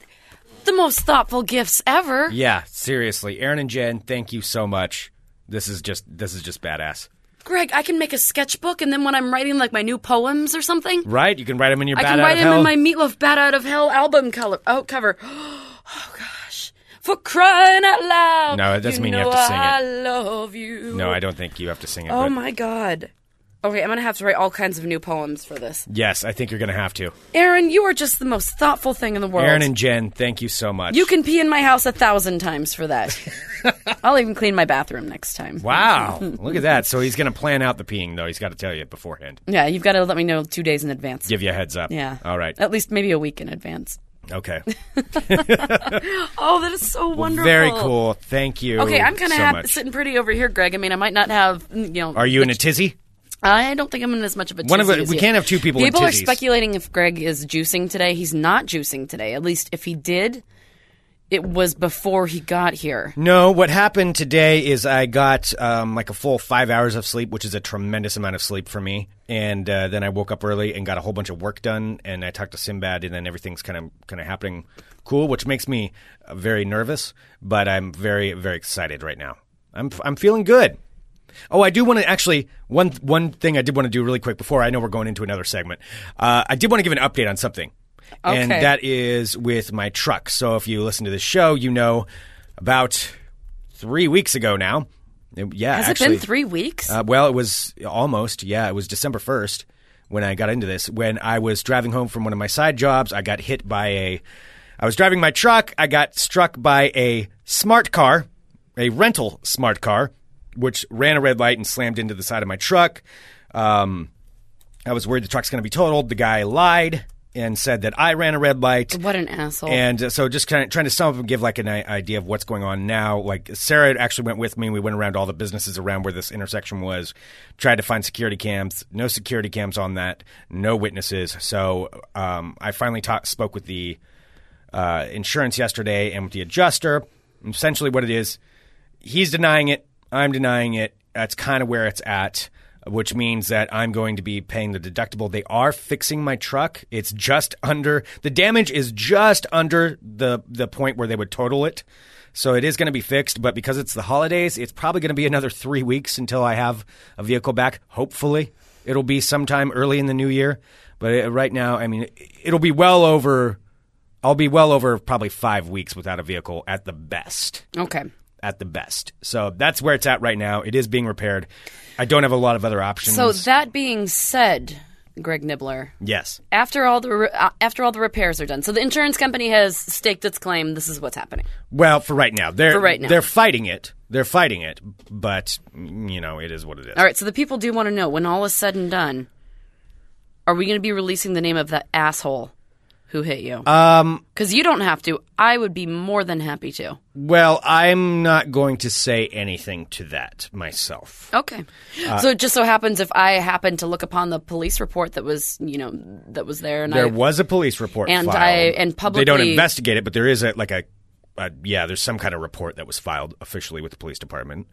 Speaker 7: The most thoughtful gifts ever.
Speaker 6: Yeah, seriously, Aaron and Jen, thank you so much. This is just this is just badass,
Speaker 7: Greg, I can make a sketchbook, and then when I'm writing like my new poems or something,
Speaker 6: right? You can write them in your.
Speaker 7: I
Speaker 6: bat
Speaker 7: can
Speaker 6: out
Speaker 7: write
Speaker 6: of
Speaker 7: them in
Speaker 6: hell.
Speaker 7: my Meatloaf Bat Out of Hell album color oh, cover. *gasps* Oh gosh, for crying out loud!
Speaker 6: No, it doesn't
Speaker 7: you
Speaker 6: mean you
Speaker 7: know
Speaker 6: have to sing it.
Speaker 7: I love you.
Speaker 6: No, I don't think you have to sing it.
Speaker 7: Oh
Speaker 6: but
Speaker 7: my God. Okay, I'm gonna have to write all kinds of new poems for this.
Speaker 6: Yes, I think you're going to have to.
Speaker 7: Aaron, you are just the most thoughtful thing in the world.
Speaker 6: Aaron and Jen, thank you so much.
Speaker 7: you can pee in my house a thousand times for
Speaker 6: *laughs*
Speaker 7: that. I'll even clean my bathroom next time. *laughs*
Speaker 6: Wow, look at that. So he's going to plan out the peeing, though. He's got to tell you beforehand.
Speaker 7: Yeah, you've got to let me know two days in advance.
Speaker 6: Give you a heads up.
Speaker 7: Yeah. Oh.
Speaker 6: All right.
Speaker 7: At least maybe a week in advance.
Speaker 6: Okay.
Speaker 7: Oh, that is so *laughs* wonderful.
Speaker 6: Very cool. Thank you.
Speaker 7: Okay, I'm kind of
Speaker 6: so
Speaker 7: hap-
Speaker 6: much.
Speaker 7: sitting pretty over here, Greg. I mean, I might not have, mm, you know.
Speaker 6: Are you in a tizzy?
Speaker 7: I don't think I'm in as much of a.
Speaker 6: One of
Speaker 7: tizzy
Speaker 6: the-
Speaker 7: as
Speaker 6: we
Speaker 7: you.
Speaker 6: can't have two people in
Speaker 7: People are
Speaker 6: tizzies.
Speaker 7: speculating if Greg is juicing today. He's not juicing today. At least if he did, it was before he got here.
Speaker 6: No. What happened today is I got um, like a full five hours of sleep, which is a tremendous amount of sleep for me. And uh, then I woke up early and got a whole bunch of work done. And I talked to Sinbad, and then everything's kind of kind of happening cool, which makes me uh, very nervous. But I'm very very excited right now. I'm f- I'm feeling good. Oh, I do want to actually one one thing I did want to do really quick before I know we're going into another segment. Uh, I did want to give an update on something, and
Speaker 7: Okay.
Speaker 6: that is with my truck. So if you listen to this show, you know about three weeks ago now. Yeah,
Speaker 7: Has
Speaker 6: actually,
Speaker 7: it been three weeks?
Speaker 6: Uh, well, it was almost. Yeah, it was December first when I got into this. When I was driving home from one of my side jobs, I got hit by a. I was driving my truck. I got struck by a smart car, a rental smart car, which ran a red light and slammed into the side of my truck. Um, I was worried the truck's going to be totaled. The guy lied and said that I ran a red light.
Speaker 7: What an asshole.
Speaker 6: And uh, so, just kind of trying to sum up and give like an i- idea of what's going on now. Like Sarah actually went with me. We went around all the businesses around where this intersection was, tried to find security cams. No security cams on that. No witnesses. So um, I finally ta- spoke with the uh, insurance yesterday and with the adjuster. Essentially, what it is, he's denying it. I'm denying it. That's kind of where it's at, which means that I'm going to be paying the deductible. They are fixing my truck. It's just under the damage is just under the the point where they would total it. So it is going to be fixed, but because it's the holidays, it's probably going to be another three weeks until I have a vehicle back. Hopefully, it'll be sometime early in the new year. But uh, right now, I mean, it'll be well over. I'll be well over probably five weeks without a vehicle at the best
Speaker 7: okay.
Speaker 6: at the best. So that's where it's at right now. It is being repaired. I don't have a lot of other options.
Speaker 7: So that being said, Greg Nibbler,
Speaker 6: yes,
Speaker 7: after all the re- uh, after all the repairs are done, so the insurance company has staked its claim. This is what's happening.
Speaker 6: well, for right now, they're
Speaker 7: For right now.
Speaker 6: they're fighting it. They're fighting it, but mm, you know it is what it is.
Speaker 7: All right. So the people do want to know when all is said and done, are we going to be releasing the name of that asshole who hit you? Um, because you don't have to. I would be more than happy to.
Speaker 6: Well, I'm not going to say anything to that myself.
Speaker 7: Okay. so it just so happens if I happen to look upon the police report that was, you know, that was there, and
Speaker 6: There
Speaker 7: I,
Speaker 6: was a police report,
Speaker 7: And
Speaker 6: filed.
Speaker 7: I- and
Speaker 6: they don't
Speaker 7: publicly-
Speaker 6: investigate it, but there is a like a, a yeah, there's some kind of report that was filed officially with the police department.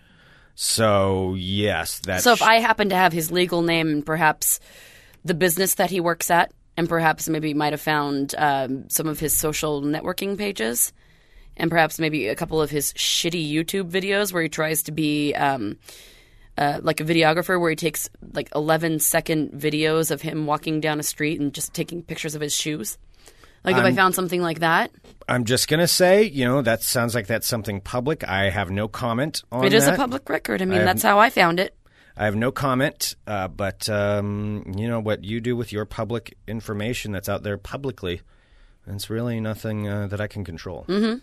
Speaker 6: So yes, that
Speaker 7: So if
Speaker 6: sh-
Speaker 7: I happen to have his legal name and perhaps the business that he works at, and perhaps maybe might have found um, some of his social networking pages, and perhaps maybe a couple of his shitty YouTube videos where he tries to be um, uh, like a videographer, where he takes like 11 second videos of him walking down a street and just taking pictures of his shoes. Like if I found something like that,
Speaker 6: I'm just gonna say, you know, that sounds like that's something public. I have no comment on
Speaker 7: it is
Speaker 6: that.
Speaker 7: a public record. I mean, that's how I found it.
Speaker 6: I have no comment, uh, but um, you know what you do with your public information that's out there publicly. It's really nothing uh, that I can control. Mm-hmm.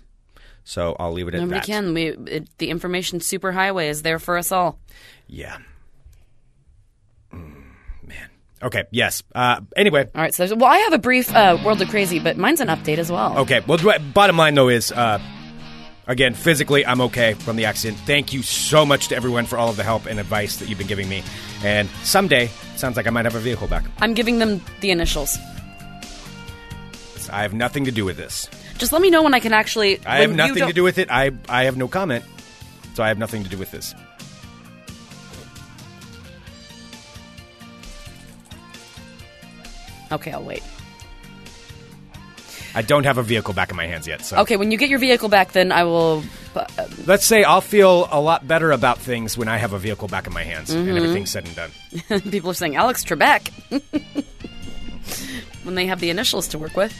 Speaker 6: So I'll leave it at
Speaker 7: Nobody
Speaker 6: that.
Speaker 7: can. We it, the information superhighway is there for us all.
Speaker 6: Yeah. Mm, man. Okay. Yes. Uh, anyway.
Speaker 7: All right, so there's, well, I have a brief uh, World of Crazy, but mine's an update as well.
Speaker 6: Okay. Well, the bottom line though is, uh, again, physically, I'm okay from the accident. Thank you so much to everyone for all of the help and advice that you've been giving me. And someday, sounds like I might have a vehicle back.
Speaker 7: I'm giving them the initials.
Speaker 6: I have nothing to do with this.
Speaker 7: Just let me know when I can actually.
Speaker 6: I have nothing to do with it. I I have no comment, so I have nothing to do with this.
Speaker 7: Okay, I'll wait.
Speaker 6: I don't have a vehicle back in my hands yet. So
Speaker 7: Okay, when you get your vehicle back, then I will. Uh,
Speaker 6: let's say I'll feel a lot better about things when I have a vehicle back in my hands
Speaker 7: Mm-hmm.
Speaker 6: and everything's
Speaker 7: *laughs*
Speaker 6: said and done.
Speaker 7: uh, people are saying Alex Trebek *laughs* when they have the initials to work with.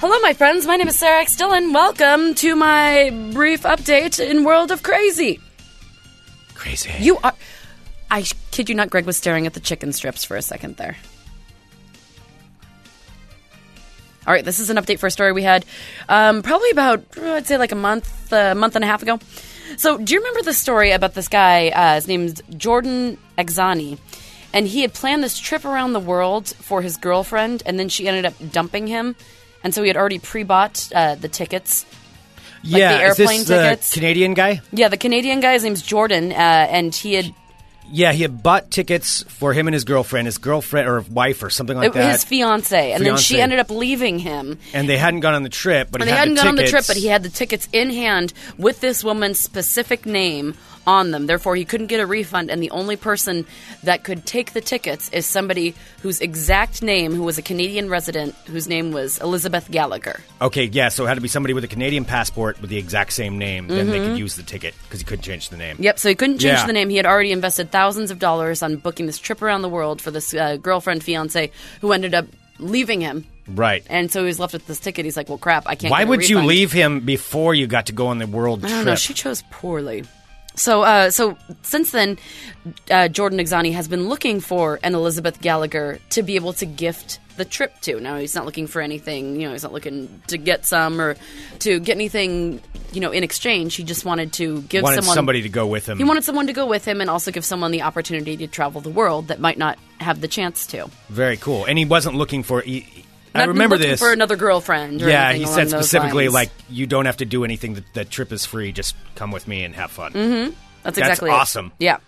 Speaker 7: Hello, my friends. My name is Sarah X. Dillon. Welcome to my brief update in World of Crazy.
Speaker 6: Crazy.
Speaker 7: You are. I kid you not, Greg was staring at the chicken strips for a second there. All right, this is an update for a story we had um, probably about, uh, I'd say, like a month, a month and a half ago. So, do you remember the story about this guy? Uh, his name's Jordan Exani. And he had planned this trip around the world for his girlfriend, and then she ended up dumping him. And so he had already pre bought uh, the tickets
Speaker 6: yeah,
Speaker 7: the
Speaker 6: is this
Speaker 7: airplane
Speaker 6: the
Speaker 7: tickets?
Speaker 6: Canadian guy?
Speaker 7: yeah, the Canadian guy, his name's Jordan, uh, and he had
Speaker 6: Yeah, he had bought tickets for him and his girlfriend, his girlfriend or wife or something like
Speaker 7: It-
Speaker 6: that.
Speaker 7: his fiance, and then she
Speaker 6: Fiancé.
Speaker 7: ended up leaving him.
Speaker 6: and they hadn't gone on the trip, but
Speaker 7: But they
Speaker 6: he had
Speaker 7: hadn't
Speaker 6: the
Speaker 7: gone on the trip,
Speaker 6: tickets.
Speaker 7: but he had the tickets in hand with this woman's specific name on them. Therefore, he couldn't get a refund, and the only person that could take the tickets is somebody whose exact name, who was a Canadian resident, whose name was Elizabeth Gallagher.
Speaker 6: Okay, yeah, so it had to be somebody with a Canadian passport with the exact same name, then they could use the ticket because he couldn't change the name.
Speaker 7: Mm-hmm. Yep, so he couldn't change
Speaker 6: Yeah.
Speaker 7: the name. He had already invested thousands of dollars on booking this trip around the world for this uh, girlfriend, fiance, who ended up leaving him.
Speaker 6: Right.
Speaker 7: And so he was left with this ticket. He's like, well, crap, I can't
Speaker 6: Why
Speaker 7: get a
Speaker 6: would you
Speaker 7: refund."
Speaker 6: leave him before you got to go on the world
Speaker 7: I don't
Speaker 6: trip?
Speaker 7: know. She chose poorly. So, uh, so since then, uh, Jordan Exani has been looking for an Elizabeth Gallagher to be able to gift the trip to. Now he's not looking for anything, you know, he's not looking to get some or to get anything, you know, in exchange. He just wanted to give
Speaker 6: Wanted
Speaker 7: someone
Speaker 6: somebody to go with him.
Speaker 7: He wanted someone to go with him and also give someone the opportunity to travel the world that might not have the chance to.
Speaker 6: Very cool. And he wasn't looking for. He, I
Speaker 7: Not
Speaker 6: remember
Speaker 7: looking
Speaker 6: this.
Speaker 7: for another girlfriend. Or
Speaker 6: yeah,
Speaker 7: anything
Speaker 6: he
Speaker 7: along
Speaker 6: said
Speaker 7: those
Speaker 6: specifically,
Speaker 7: lines.
Speaker 6: like, you don't have to do anything. The, the trip is free. Just come with me and have fun.
Speaker 7: Mm-hmm. That's
Speaker 6: That's
Speaker 7: exactly it.
Speaker 6: awesome.
Speaker 7: Yeah.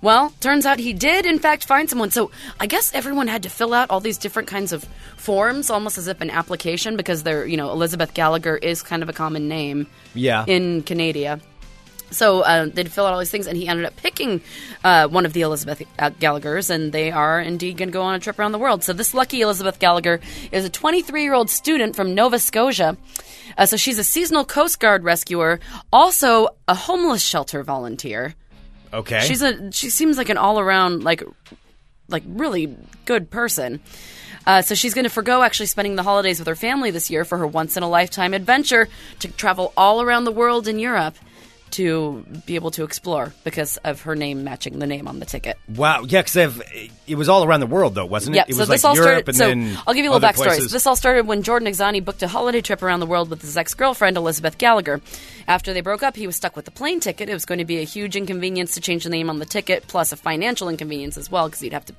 Speaker 7: Well, turns out he did in fact find someone. So I guess everyone had to fill out all these different kinds of forms, almost as if an application, because they're you know Elizabeth Gallagher is kind of a common name.
Speaker 6: Yeah.
Speaker 7: In Canada. So uh, they'd fill out all these things, and he ended up picking uh, one of the Elizabeth uh, Gallagher's, and they are indeed going to go on a trip around the world. So this lucky Elizabeth Gallagher is a 23-year-old student from Nova Scotia. Uh, so she's a seasonal Coast Guard rescuer, also a homeless shelter volunteer.
Speaker 6: Okay.
Speaker 7: She's a she seems like an all around like like really good person. Uh, so she's going to forego actually spending the holidays with her family this year for her once in a lifetime adventure to travel all around the world in Europe to be able to explore because of her name matching the name on the ticket.
Speaker 6: wow. Yeah, because it was all around the world, though, wasn't it?
Speaker 7: Yep.
Speaker 6: It
Speaker 7: so
Speaker 6: was
Speaker 7: this
Speaker 6: like
Speaker 7: all
Speaker 6: Europe
Speaker 7: started.
Speaker 6: and
Speaker 7: so
Speaker 6: then
Speaker 7: I'll give you a little
Speaker 6: other
Speaker 7: backstory. So
Speaker 6: places.
Speaker 7: this all started when Jordan Exani booked a holiday trip around the world with his ex-girlfriend Elizabeth Gallagher. After they broke up, he was stuck with the plane ticket. It was going to be a huge inconvenience to change the name on the ticket, plus a financial inconvenience as well because he'd have to.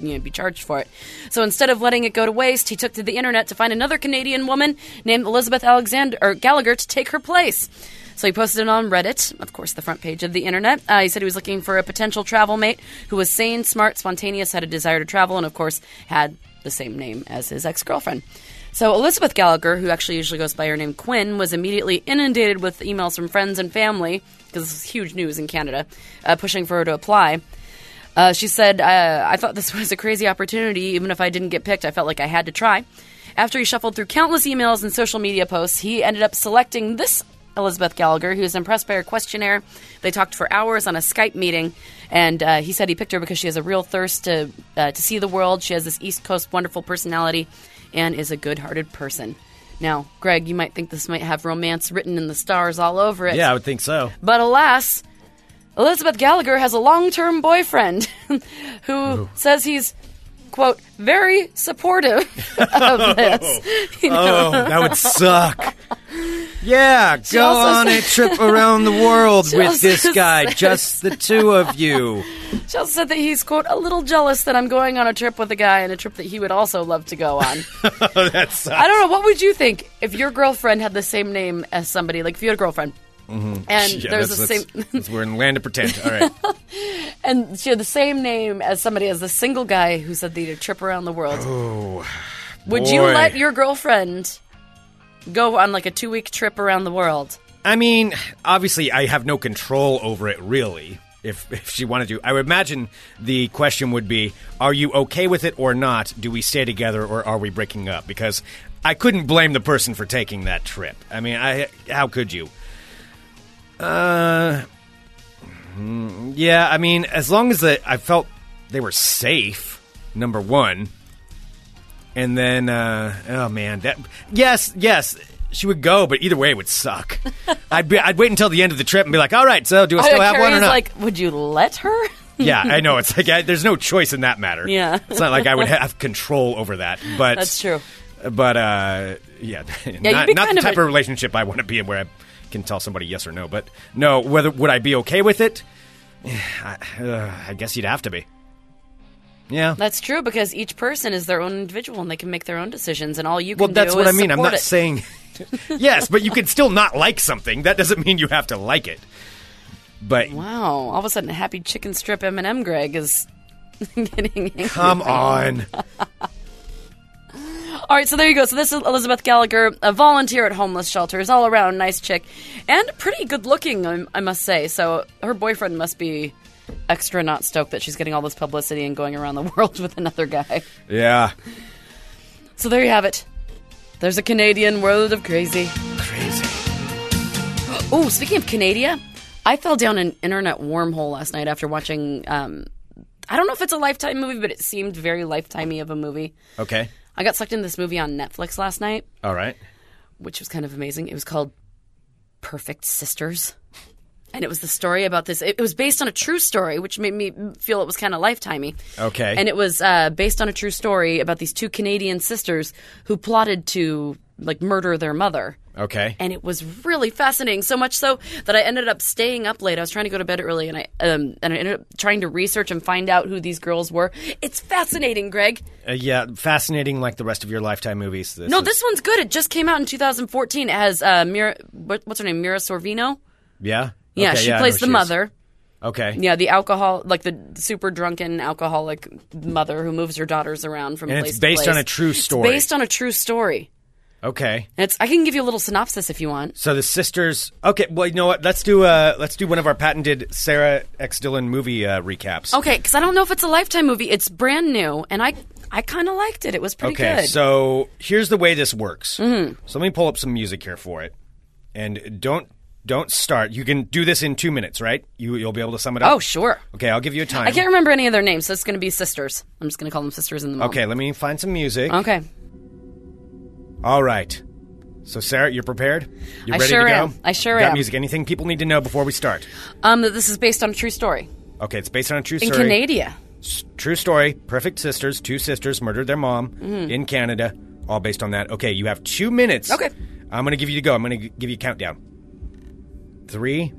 Speaker 7: You know, be charged for it. So instead of letting it go to waste, he took to the internet to find another Canadian woman named Elizabeth Alexander or Gallagher to take her place. So he posted it on Reddit, of course, the front page of the internet. Uh, he said he was looking for a potential travel mate who was sane, smart, spontaneous, had a desire to travel, and of course, had the same name as his ex girlfriend. So Elizabeth Gallagher, who actually usually goes by her name Quinn, was immediately inundated with emails from friends and family, because this is huge news in Canada, uh, pushing for her to apply. Uh, she said, uh, I thought this *laughs* was a crazy opportunity. Even if I didn't get picked, I felt like I had to try. After he shuffled through countless emails and social media posts, he ended up selecting this Elizabeth Gallagher, who was impressed by her questionnaire. They talked for hours on a Skype meeting, and uh, he said he picked her because she has a real thirst to, uh, to see the world. She has this East Coast wonderful personality and is a good hearted person. Now, Greg, you might think this might have romance written in the stars all over it.
Speaker 6: yeah, I would
Speaker 7: *laughs*
Speaker 6: think so.
Speaker 7: But alas, Elizabeth Gallagher has a long term boyfriend *laughs* who says he's, quote, very supportive *laughs*
Speaker 6: *laughs*
Speaker 7: of this. You know?
Speaker 6: Oh, that would suck. Yeah,
Speaker 7: *laughs*
Speaker 6: go
Speaker 7: also
Speaker 6: on a trip around the
Speaker 7: *laughs*
Speaker 6: world
Speaker 7: She
Speaker 6: with
Speaker 7: also
Speaker 6: this guy, just the two of you.
Speaker 7: She also said that he's, quote, a little jealous that I'm going on a trip with a guy and a trip that he would also love to go
Speaker 6: *laughs*
Speaker 7: on.
Speaker 6: Oh, That sucks.
Speaker 7: I don't know. What would you think if your girlfriend had the same name as somebody? Like, if you had a girlfriend. And
Speaker 6: Mm-hmm. Yeah,
Speaker 7: there's
Speaker 6: that's-
Speaker 7: the
Speaker 6: that's-
Speaker 7: same,
Speaker 6: that's- we're in land of pretend. All
Speaker 7: *laughs*
Speaker 6: right.
Speaker 7: and she had the same name as somebody as the single guy who said they would trip around the world. Would you
Speaker 6: Oh, boy.
Speaker 7: let your girlfriend go on like a two week trip around the world?
Speaker 6: I mean, obviously, I have no control over it, really. If, *laughs* if she wanted to, I would imagine the question would be Are you okay with it or not? Do we stay together or are we breaking up? Because I couldn't blame the person for taking that trip. I mean, I how could you? Uh, mm, yeah, I mean, as long as the, I felt they were safe, number one. And then, uh, oh man, that yes, yes, she would go, but either way, it would
Speaker 7: *laughs*
Speaker 6: suck. I'd be, I'd wait until the end of the trip and be like, all right, so do I still
Speaker 7: Like,
Speaker 6: have one or
Speaker 7: Oh, Carrie's
Speaker 6: not?
Speaker 7: like, would you let her?
Speaker 6: yeah, I know. It's like I, there's no choice in that matter.
Speaker 7: Yeah.
Speaker 6: it's not like I would *laughs* have control over that.
Speaker 7: *laughs*
Speaker 6: But
Speaker 7: That's true.
Speaker 6: But uh, yeah, *laughs*
Speaker 7: you'd
Speaker 6: not,
Speaker 7: be
Speaker 6: not
Speaker 7: kind
Speaker 6: the
Speaker 7: of
Speaker 6: type
Speaker 7: a-
Speaker 6: of relationship I want to be in where I can tell somebody yes or no. But no, whether would I be okay with it? *sighs* I, uh, I guess you'd have to be. Yeah.
Speaker 7: That's true because each person is their own individual and they can make their own decisions. And all you can
Speaker 6: Well, that's
Speaker 7: do
Speaker 6: what I
Speaker 7: is
Speaker 6: mean. I'm
Speaker 7: support
Speaker 6: not
Speaker 7: it. *laughs*
Speaker 6: saying. yes, but you can still not like something. That doesn't mean you have to like it. But
Speaker 7: Wow! All of a sudden, a happy chicken strip M and M Greg is *laughs* getting angry.
Speaker 6: come on.
Speaker 7: All right, so there you go. So this is Elizabeth Gallagher, a volunteer at homeless shelters, all around nice chick, and pretty good looking, I, I must say. So her boyfriend must be extra not stoked that she's getting all this publicity and going around the *laughs* world with another guy.
Speaker 6: Yeah.
Speaker 7: So there you have it. There's a Canadian world of crazy.
Speaker 6: Crazy.
Speaker 7: Oh, speaking of Canada, I fell down an internet wormhole last night after watching. Um, I don't know if it's a Lifetime movie, but it seemed very Lifetimey of a movie.
Speaker 6: Okay.
Speaker 7: I got sucked into this movie on Netflix last night.
Speaker 6: All right.
Speaker 7: which was kind of amazing. It was called Perfect Sisters. and it was the story about this. It, it was based on a true story, which made me feel it was kind of lifetimey.
Speaker 6: Okay.
Speaker 7: and it was uh, based on a true story about these two Canadian sisters who plotted to like murder their mother.
Speaker 6: Okay.
Speaker 7: And it was really fascinating, so much so that I ended up staying up late. I was trying to go to bed early, and I um, and I ended up trying to research and find out who these girls were. It's fascinating, Greg.
Speaker 6: Uh, yeah, fascinating like the rest of your lifetime movies. This
Speaker 7: No,
Speaker 6: is-
Speaker 7: this one's good. It just came out in 2014 as uh, Mira. What, what's her name? Mira Sorvino.
Speaker 6: Yeah.
Speaker 7: Yeah,
Speaker 6: Okay,
Speaker 7: she
Speaker 6: I know
Speaker 7: plays
Speaker 6: who
Speaker 7: the
Speaker 6: she is.
Speaker 7: mother.
Speaker 6: Okay.
Speaker 7: Yeah, the alcohol, like the super drunken alcoholic mother who moves her daughters around from
Speaker 6: And
Speaker 7: place
Speaker 6: it's based
Speaker 7: to place.
Speaker 6: on a true
Speaker 7: It's
Speaker 6: story.
Speaker 7: based on a true story.
Speaker 6: Okay.
Speaker 7: And it's, I can give you a little synopsis if you want.
Speaker 6: So the sisters. Okay. Well, you know what? Let's do. Uh, let's do one of our patented Sarah X Dillon movie uh, recaps.
Speaker 7: Okay, because I don't know if it's a Lifetime movie. It's brand new, and I I kind of liked it. It was pretty
Speaker 6: Okay,
Speaker 7: good. Mm-hmm.
Speaker 6: so here's the way this works. So let me pull up some music here for it, and don't don't start. You can do this in two minutes, right? You you'll be able to sum it up.
Speaker 7: oh sure.
Speaker 6: Okay, I'll give you a time.
Speaker 7: I can't remember any of their names, so it's going to be sisters. I'm just going to call them sisters in the moment.
Speaker 6: Okay, let me find some music.
Speaker 7: Okay.
Speaker 6: All right. So Sarah, you're prepared? You
Speaker 7: I
Speaker 6: ready
Speaker 7: sure
Speaker 6: to go?
Speaker 7: am. I sure
Speaker 6: You got
Speaker 7: am.
Speaker 6: Music. Anything people need to know before we start?
Speaker 7: Um, that this is based on a true story
Speaker 6: Okay, it's based on a true
Speaker 7: in
Speaker 6: story.
Speaker 7: Canada.
Speaker 6: S- True story. Perfect sisters. Two sisters murdered their mom in Canada. All based on that. Okay, you have two minutes.
Speaker 7: Mm-hmm. Okay.
Speaker 6: I'm going to give you to go. I'm going to give you a countdown. Three,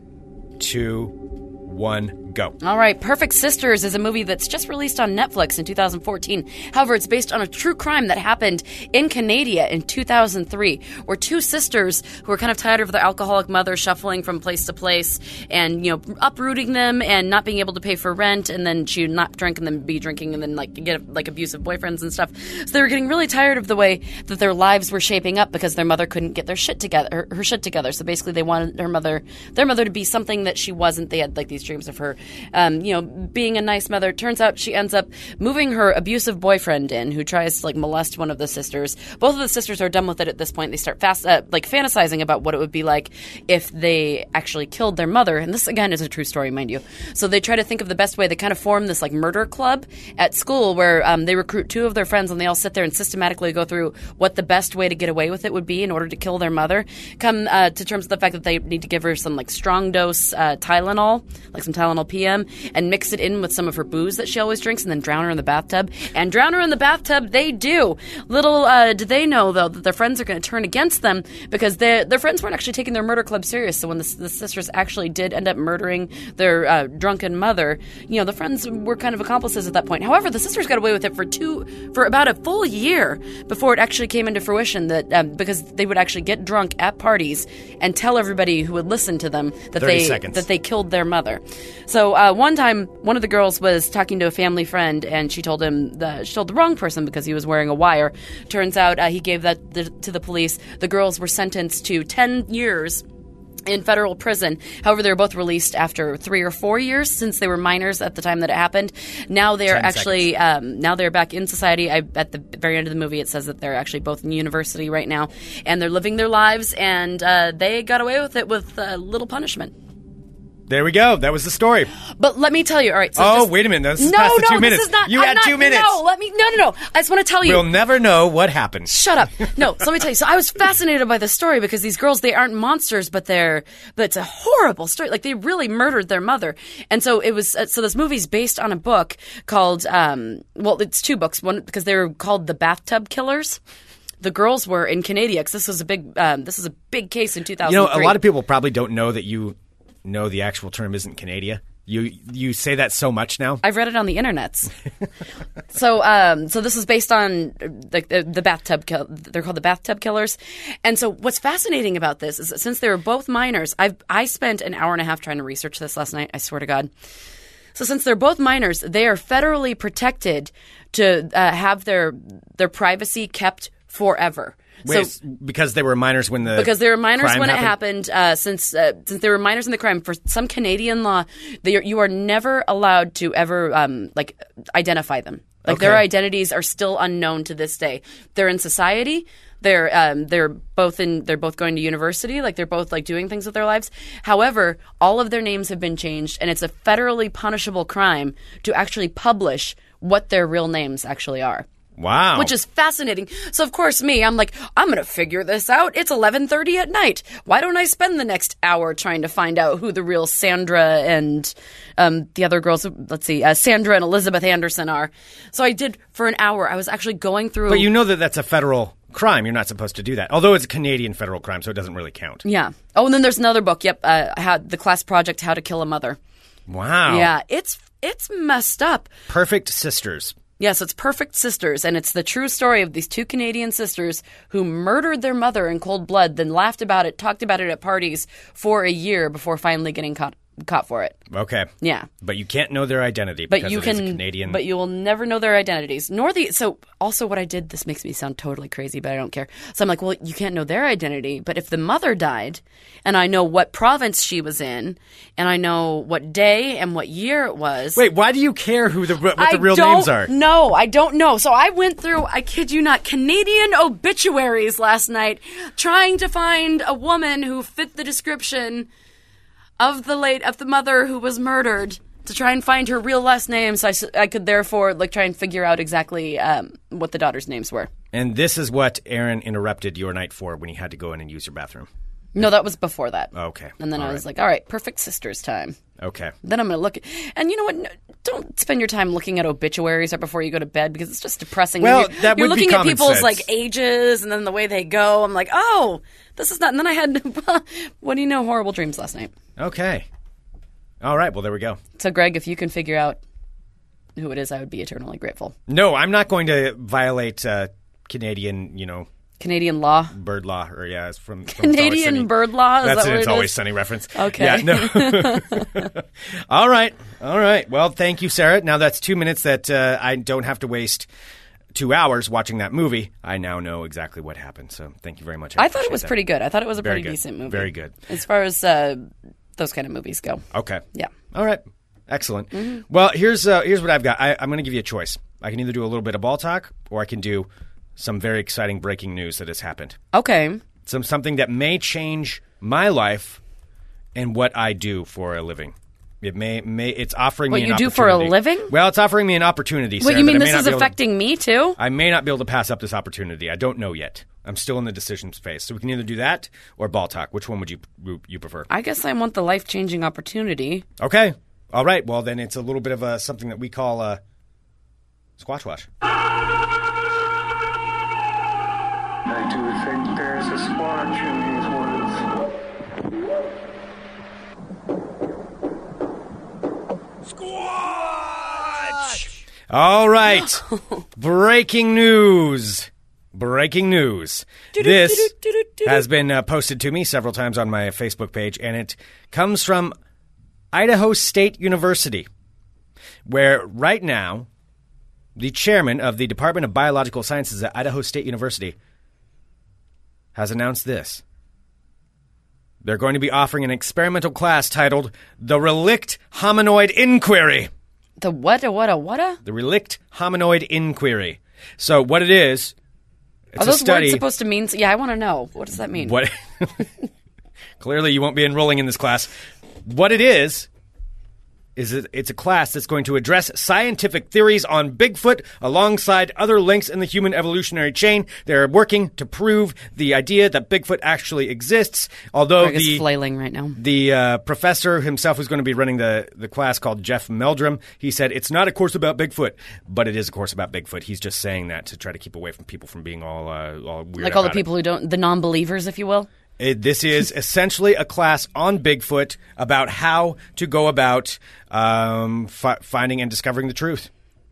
Speaker 6: two, one, go.
Speaker 7: All right, Perfect Sisters is a movie that's just released on Netflix in 2014. However, it's based on a true crime that happened in Canada in 2003, where two sisters who were kind of tired of their alcoholic mother shuffling from place to place and, you know, uprooting them and not being able to pay for rent and then she would not drink and then be drinking and then like get like abusive boyfriends and stuff. So they were getting really tired of the way that their lives were shaping up because their mother couldn't get their shit together her, her shit together. So basically they wanted her mother their mother to be something that she wasn't. They had like these dreams of her um, you know, being a nice mother. Turns out she ends up moving her abusive boyfriend in, who tries to like molest one of the sisters. Both of the sisters are done with it at this point. They start fast, uh, like fantasizing about what it would be like if they actually killed their mother. And this again is a true story, mind you. So they try to think of the best way. They kind of form this like murder club at school where um, they recruit two of their friends and they all sit there and systematically go through what the best way to get away with it would be in order to kill their mother. Come uh, to terms with the fact that they need to give her some like strong dose uh, Tylenol, like some Tylenol PM, and mix it in with some of her booze that she always drinks, and then drown her in the bathtub. And drown her in the bathtub, they do. Little uh, do they know though that their friends are going to turn against them because their their friends weren't actually taking their murder club serious. So when the, s- the sisters actually did end up murdering their uh, drunken mother, you know the friends were kind of accomplices at that point. However, the sisters got away with it for two for about a full year before it actually came into fruition that um, because they would actually get drunk at parties and tell everybody who would listen to them that
Speaker 6: 30
Speaker 7: they
Speaker 6: seconds.
Speaker 7: that they killed their mother. So uh, one time, one of the girls was talking to a family friend, and she told him the, she told the wrong person because he was wearing a wire. Turns out, uh, he gave that the, to the police. The girls were sentenced to ten years in federal prison. However, they were both released after three or four years since they were minors at the time that it happened. Now they are
Speaker 6: Ten
Speaker 7: actually um, now they're back in society. I, at the very end of the movie, it says that they're actually both in university right now, and they're living their lives, and uh, they got away with it with uh, little punishment.
Speaker 6: There we go. That was the story.
Speaker 7: But let me tell you. All right. So
Speaker 6: Oh,
Speaker 7: just-
Speaker 6: wait a minute, this is
Speaker 7: no,
Speaker 6: past the
Speaker 7: no,
Speaker 6: two
Speaker 7: this
Speaker 6: minutes.
Speaker 7: is not.
Speaker 6: You
Speaker 7: I'm
Speaker 6: had
Speaker 7: not-
Speaker 6: two minutes.
Speaker 7: No, let me. No, no, no. I just want to tell you.
Speaker 6: We'll never know what happened.
Speaker 7: Shut
Speaker 6: *laughs*
Speaker 7: up. No, so let me tell you. So I was fascinated by the story because these girls, they aren't monsters, but they're, but it's a horrible story. Like they really murdered their mother. And so it was, uh, so this movie's based on a book called, um, well, it's two books. One, because they were called The Bathtub Killers. The girls were in Canada because this was a big, um, this was a big case in 2003.
Speaker 6: You know, a lot of people probably don't know that you know the actual term isn't Canada. You you say that so much now.
Speaker 7: *laughs* I've read it on the internets. so, um, so this is based on the, the, the bathtub. Kill- they're called the bathtub killers. And so, what's fascinating about this is that since they were both minors, I've I spent an hour and a half trying to research this last night. I swear to God. So since they're both minors, they are federally protected to uh, have their their privacy kept forever.
Speaker 6: Wait,
Speaker 7: so,
Speaker 6: s- because they were minors when the
Speaker 7: because they were minors
Speaker 6: crime
Speaker 7: when
Speaker 6: happened?
Speaker 7: it happened. Uh, since uh, since they were minors in the crime, for some Canadian law, they are, you are never allowed to ever um, like identify them. Like their
Speaker 6: Okay.
Speaker 7: identities are still unknown to this day. They're in society. They're um, they're both in they're both going to university. Like they're both like doing things with their lives. However, all of their names have been changed, and it's a federally punishable crime to actually publish what their real names actually are.
Speaker 6: Wow.
Speaker 7: Which is fascinating. So of course me, I'm like, I'm going to figure this out. It's 11:30 at night. Why don't I spend the next hour trying to find out who the real Sandra and um, the other girls, let's see, uh, Sandra and Elizabeth Anderson are. So I did for an hour. I was actually going through
Speaker 6: But you know that that's a federal crime. You're not supposed to do that. Although it's a Canadian federal crime, so it doesn't really count.
Speaker 7: Yeah. Oh, and then there's another book. Yep, uh, I had the class project How to Kill a Mother.
Speaker 6: Wow.
Speaker 7: Yeah, it's it's messed up.
Speaker 6: Perfect sisters.
Speaker 7: Yes, it's Perfect Sisters, and it's the true story of these two Canadian sisters who murdered their mother in cold blood, then laughed about it, talked about it at parties for a year before finally getting caught caught for it.
Speaker 6: Okay.
Speaker 7: Yeah.
Speaker 6: But you can't know their identity
Speaker 7: But
Speaker 6: because
Speaker 7: you
Speaker 6: it
Speaker 7: can
Speaker 6: is a Canadian.
Speaker 7: but you will never know their identities. Nor the so also what I did this makes me sound totally crazy, but I don't care. So I'm like, well, you can't know their identity, but if the mother died and I know what province she was in and I know what day and what year it was.
Speaker 6: Wait, why do you care who the what
Speaker 7: I
Speaker 6: the real
Speaker 7: don't
Speaker 6: names are?
Speaker 7: know. I don't know. So I went through, I kid you not, Canadian obituaries last night trying to find a woman who fit the description of the late of the mother who was murdered to try and find her real last name so I, s- I could therefore like try and figure out exactly um, what the daughter's names were.
Speaker 6: And this is what Aaron interrupted your night for when he had to go in and use your bathroom.
Speaker 7: No, that was before that.
Speaker 6: Okay.
Speaker 7: And then
Speaker 6: Oh. All
Speaker 7: I was like, all right, perfect sisters time.
Speaker 6: Okay.
Speaker 7: Then I'm going to look. And you know what? No, don't spend your time looking at obituaries right before you go to bed because it's just depressing.
Speaker 6: Well,
Speaker 7: you're,
Speaker 6: that
Speaker 7: you're
Speaker 6: would be
Speaker 7: looking at
Speaker 6: common
Speaker 7: people's
Speaker 6: sense.
Speaker 7: like ages and then the way they go. I'm like, oh, this is not. And then I had, *laughs* what do you know, horrible dreams last night.
Speaker 6: Okay. All right. Well, there we go.
Speaker 7: So, Greg, if you can figure out who it is, I would be eternally grateful.
Speaker 6: No, I'm not going to violate uh, Canadian, you know,
Speaker 7: Canadian law.
Speaker 6: bird law or yeah, it's from, from It's Always Sunny.
Speaker 7: Canadian bird law. Is
Speaker 6: That's
Speaker 7: that
Speaker 6: an
Speaker 7: what
Speaker 6: It's
Speaker 7: it is?
Speaker 6: Always Sunny reference.
Speaker 7: Okay.
Speaker 6: Yeah,
Speaker 7: *laughs*
Speaker 6: no. all right. All right. Well, thank you, Sarah. Now that's two minutes that uh, I don't have to waste two hours watching that movie. I now know exactly what happened. So thank you very much.
Speaker 7: I thought
Speaker 6: appreciate
Speaker 7: it was
Speaker 6: that.
Speaker 7: pretty good. I thought it was a
Speaker 6: Very
Speaker 7: pretty
Speaker 6: good.
Speaker 7: decent movie.
Speaker 6: Very good.
Speaker 7: As far as uh, those kind of movies go.
Speaker 6: Okay.
Speaker 7: Yeah. Mm-hmm.
Speaker 6: All right. Excellent. Well, here's uh, here's what I've got. I, I'm going to give you a choice. I can either do a little bit of ball talk, or I can do some very exciting breaking news that has happened.
Speaker 7: Okay.
Speaker 6: Some something that may change my life and what I do for a living. It may may it's offering
Speaker 7: What
Speaker 6: me an
Speaker 7: you do for a
Speaker 6: opportunity.
Speaker 7: living?
Speaker 6: Well, it's offering me an opportunity.
Speaker 7: Wait,
Speaker 6: Sarah,
Speaker 7: you
Speaker 6: that
Speaker 7: mean
Speaker 6: I may
Speaker 7: this
Speaker 6: not
Speaker 7: is
Speaker 6: be able to-
Speaker 7: affecting me too?
Speaker 6: I may not be able to pass up this opportunity. I don't know yet. I'm still in the decision phase, so we can either do that or ball talk. Which one would you you prefer?
Speaker 7: I guess I want the life changing opportunity.
Speaker 6: Okay. All right. Well, then it's a little bit of a something that we call a squash wash.
Speaker 8: I do think there's a squatch in these woods.
Speaker 6: All right. Breaking news. Breaking news. This has been uh, posted to me several times on my Facebook page, and it comes from Idaho State University, where right now the chairman of the Department of Biological Sciences at Idaho State University has announced this. They're going to be offering an experimental class titled The Relict Hominoid Inquiry
Speaker 7: The what a what a what a?
Speaker 6: the Relict Hominoid Inquiry. So what it is? It's
Speaker 7: Are those
Speaker 6: a study.
Speaker 7: words supposed to mean? Yeah, I want to know. What does that mean?
Speaker 6: what? *laughs* Clearly, you won't be enrolling in this class. What it is is it, it's a class that's going to address scientific theories on Bigfoot alongside other links in the human evolutionary chain. They're working to prove the idea that Bigfoot actually exists, although
Speaker 7: Greg
Speaker 6: the
Speaker 7: is flailing right now.
Speaker 6: the uh, professor himself who's going to be running the, the class called Jeff Meldrum, he said, It's not a course about Bigfoot, but it is a course about Bigfoot. He's just saying that to try to keep away from people from being all, uh, all weird.
Speaker 7: Like all the
Speaker 6: about it.
Speaker 7: people who don't, the non believers, if you will.
Speaker 6: It-
Speaker 7: *laughs*
Speaker 6: this is essentially a class on Bigfoot about how to go about um, fi- finding and discovering the truth.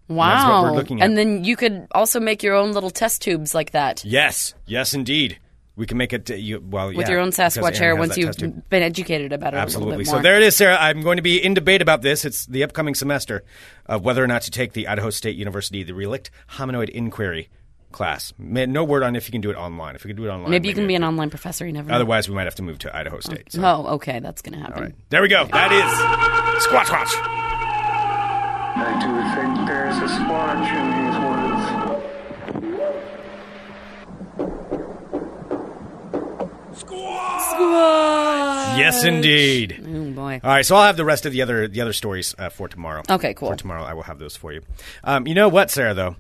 Speaker 7: Wow.
Speaker 6: that's what we're looking at.
Speaker 7: And then you could also make your own little test tubes like that
Speaker 6: Yes, yes, indeed. We can make it, uh, you, well,
Speaker 7: with your own Sasquatch hair once you've
Speaker 6: been.
Speaker 7: been educated about it. A little
Speaker 6: Absolutely.
Speaker 7: bit
Speaker 6: So
Speaker 7: more.
Speaker 6: there it is, Sarah. I'm going to be in debate about this. It's the upcoming semester of whether or not to take the Idaho State University the Relict Hominoid Inquiry class. Ma- No word on if you can do it online. If you can do it online,
Speaker 7: Maybe you can be an
Speaker 6: it'd
Speaker 7: online professor. You never know.
Speaker 6: Otherwise, we might have to move to Idaho State. So.
Speaker 7: Oh, okay. That's going to happen.
Speaker 6: All right. There we go. That is Squatch Watch.
Speaker 8: I do think there's a squatch in these woods.
Speaker 6: Yes, indeed.
Speaker 7: Oh, boy.
Speaker 6: All right. So I'll have the rest of the other the other stories uh, for tomorrow.
Speaker 7: Okay, cool. Hmm.
Speaker 6: For tomorrow, I will have those for you. Um, you know what, Sarah? Though,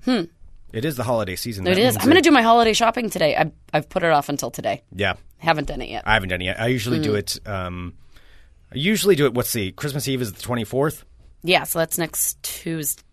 Speaker 6: It is the holiday season.
Speaker 7: It is. I'm going to do my holiday shopping today. I, I've put it off until today.
Speaker 6: Yeah,
Speaker 7: Haven't done it yet.
Speaker 6: I haven't done it yet. I usually
Speaker 7: Mm.
Speaker 6: do it. Um, I usually do it. What's the Christmas Eve is the 24th.
Speaker 7: yeah, so that's next Tuesday,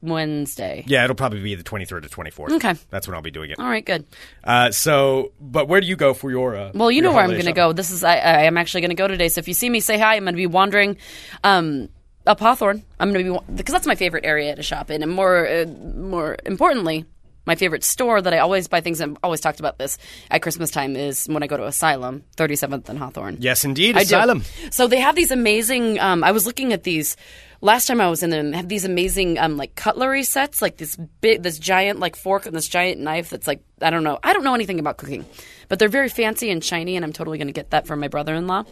Speaker 7: Wednesday.
Speaker 6: Yeah, it'll probably be the 23rd or 24th.
Speaker 7: Okay.
Speaker 6: that's when I'll be doing it.
Speaker 7: All right, good.
Speaker 6: Uh, so, but where do you go for your? Uh,
Speaker 7: Well, you know
Speaker 6: your
Speaker 7: where I'm
Speaker 6: holiday
Speaker 7: going to
Speaker 6: shopping?
Speaker 7: go. This is I, I am actually going to go today. So if you see me, say hi. I'm going to be wandering um, up Hawthorne. I'm going to be because that's my favorite area to shop in, and more uh, more importantly, my favorite store that I always buy things. I've always talked about this at Christmas time is when I go to Asylum, 37th and Hawthorne.
Speaker 6: Yes, indeed.
Speaker 7: I do.
Speaker 6: Asylum.
Speaker 7: So they have these amazing. Um, I was looking at these last time I was in them. Have these amazing um, like cutlery sets, like this big, this giant like fork and this giant knife. That's like I don't know. I don't know anything about cooking, but they're very fancy and shiny, and I'm totally going to get that for my brother-in-law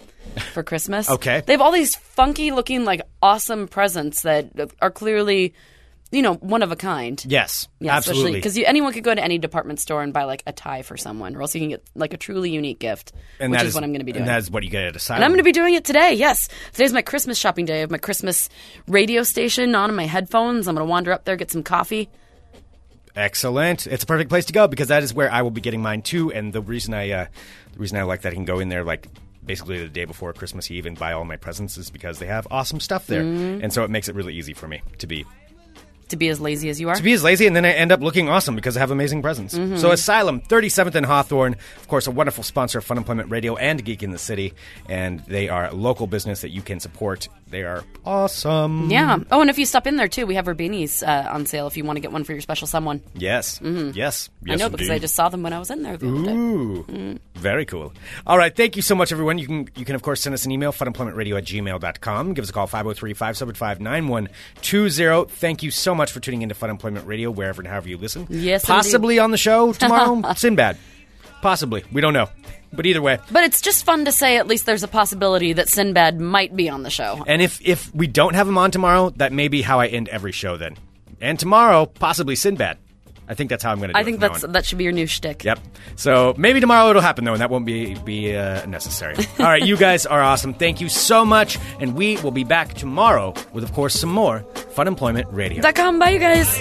Speaker 7: for Christmas.
Speaker 6: *laughs* Okay.
Speaker 7: They have all these funky looking like awesome presents that are clearly, you know, one of a kind.
Speaker 6: Yes,
Speaker 7: Yeah,
Speaker 6: absolutely.
Speaker 7: because anyone could go to any department store and buy like a tie for someone, or else you can get like a truly unique gift,
Speaker 6: and
Speaker 7: which
Speaker 6: that
Speaker 7: is, what I'm going to be doing.
Speaker 6: And that is what you get at Asylum.
Speaker 7: And I'm going to be doing it today. Yes. Today's my Christmas shopping day. I have my Christmas radio station on and my headphones. I'm going to wander up there, get some coffee.
Speaker 6: Excellent. It's a perfect place to go because that is where I will be getting mine too. And the reason I, uh, the reason I like that I can go in there like basically the day before Christmas Eve and buy all my presents is because they have awesome stuff there,
Speaker 7: Mm.
Speaker 6: and so it makes it really easy for me to be
Speaker 7: To be as lazy as you are.
Speaker 6: to be as lazy, and then I end up looking awesome because I have amazing presents.
Speaker 7: Mm-hmm.
Speaker 6: So Asylum, 37th and Hawthorne, of course, a wonderful sponsor of Fun Employment Radio and Geek in the City, and they are a local business that you can support. They are awesome.
Speaker 7: yeah. Oh, and if you stop in there too, we have our beanies uh, on sale if you want to get one for your special someone.
Speaker 6: Yes. Yes. Yes.
Speaker 7: Mm-hmm. I know because I
Speaker 6: indeed.
Speaker 7: just saw them when I was in there the other day.
Speaker 6: Ooh, very cool. All right, thank you so much, everyone. You can, you can of course, send us an email, funemploymentradio at gmail.com. Give us a call, 503-575-9120. Thank you so much for tuning into Fun Employment Radio, wherever and however you listen.
Speaker 7: Yes,
Speaker 6: Possibly on the
Speaker 7: *laughs*
Speaker 6: show tomorrow, Sinbad. Possibly. We don't know. But either way.
Speaker 7: But it's just fun to say at least there's a possibility that Sinbad might be on the show.
Speaker 6: And if, if we don't have him on tomorrow, that may be how I end every show then. And tomorrow, possibly Sinbad. I think that's how I'm going to do
Speaker 7: I
Speaker 6: it
Speaker 7: think
Speaker 6: from now
Speaker 7: that's
Speaker 6: on.
Speaker 7: that should be your new shtick.
Speaker 6: Yep. So maybe tomorrow it'll happen though, and that won't be be uh, necessary. All right, you guys are awesome. Thank you so much, and we will be back tomorrow with, of course, some more Fun Employment Radio.
Speaker 7: Dot com. Bye, you guys.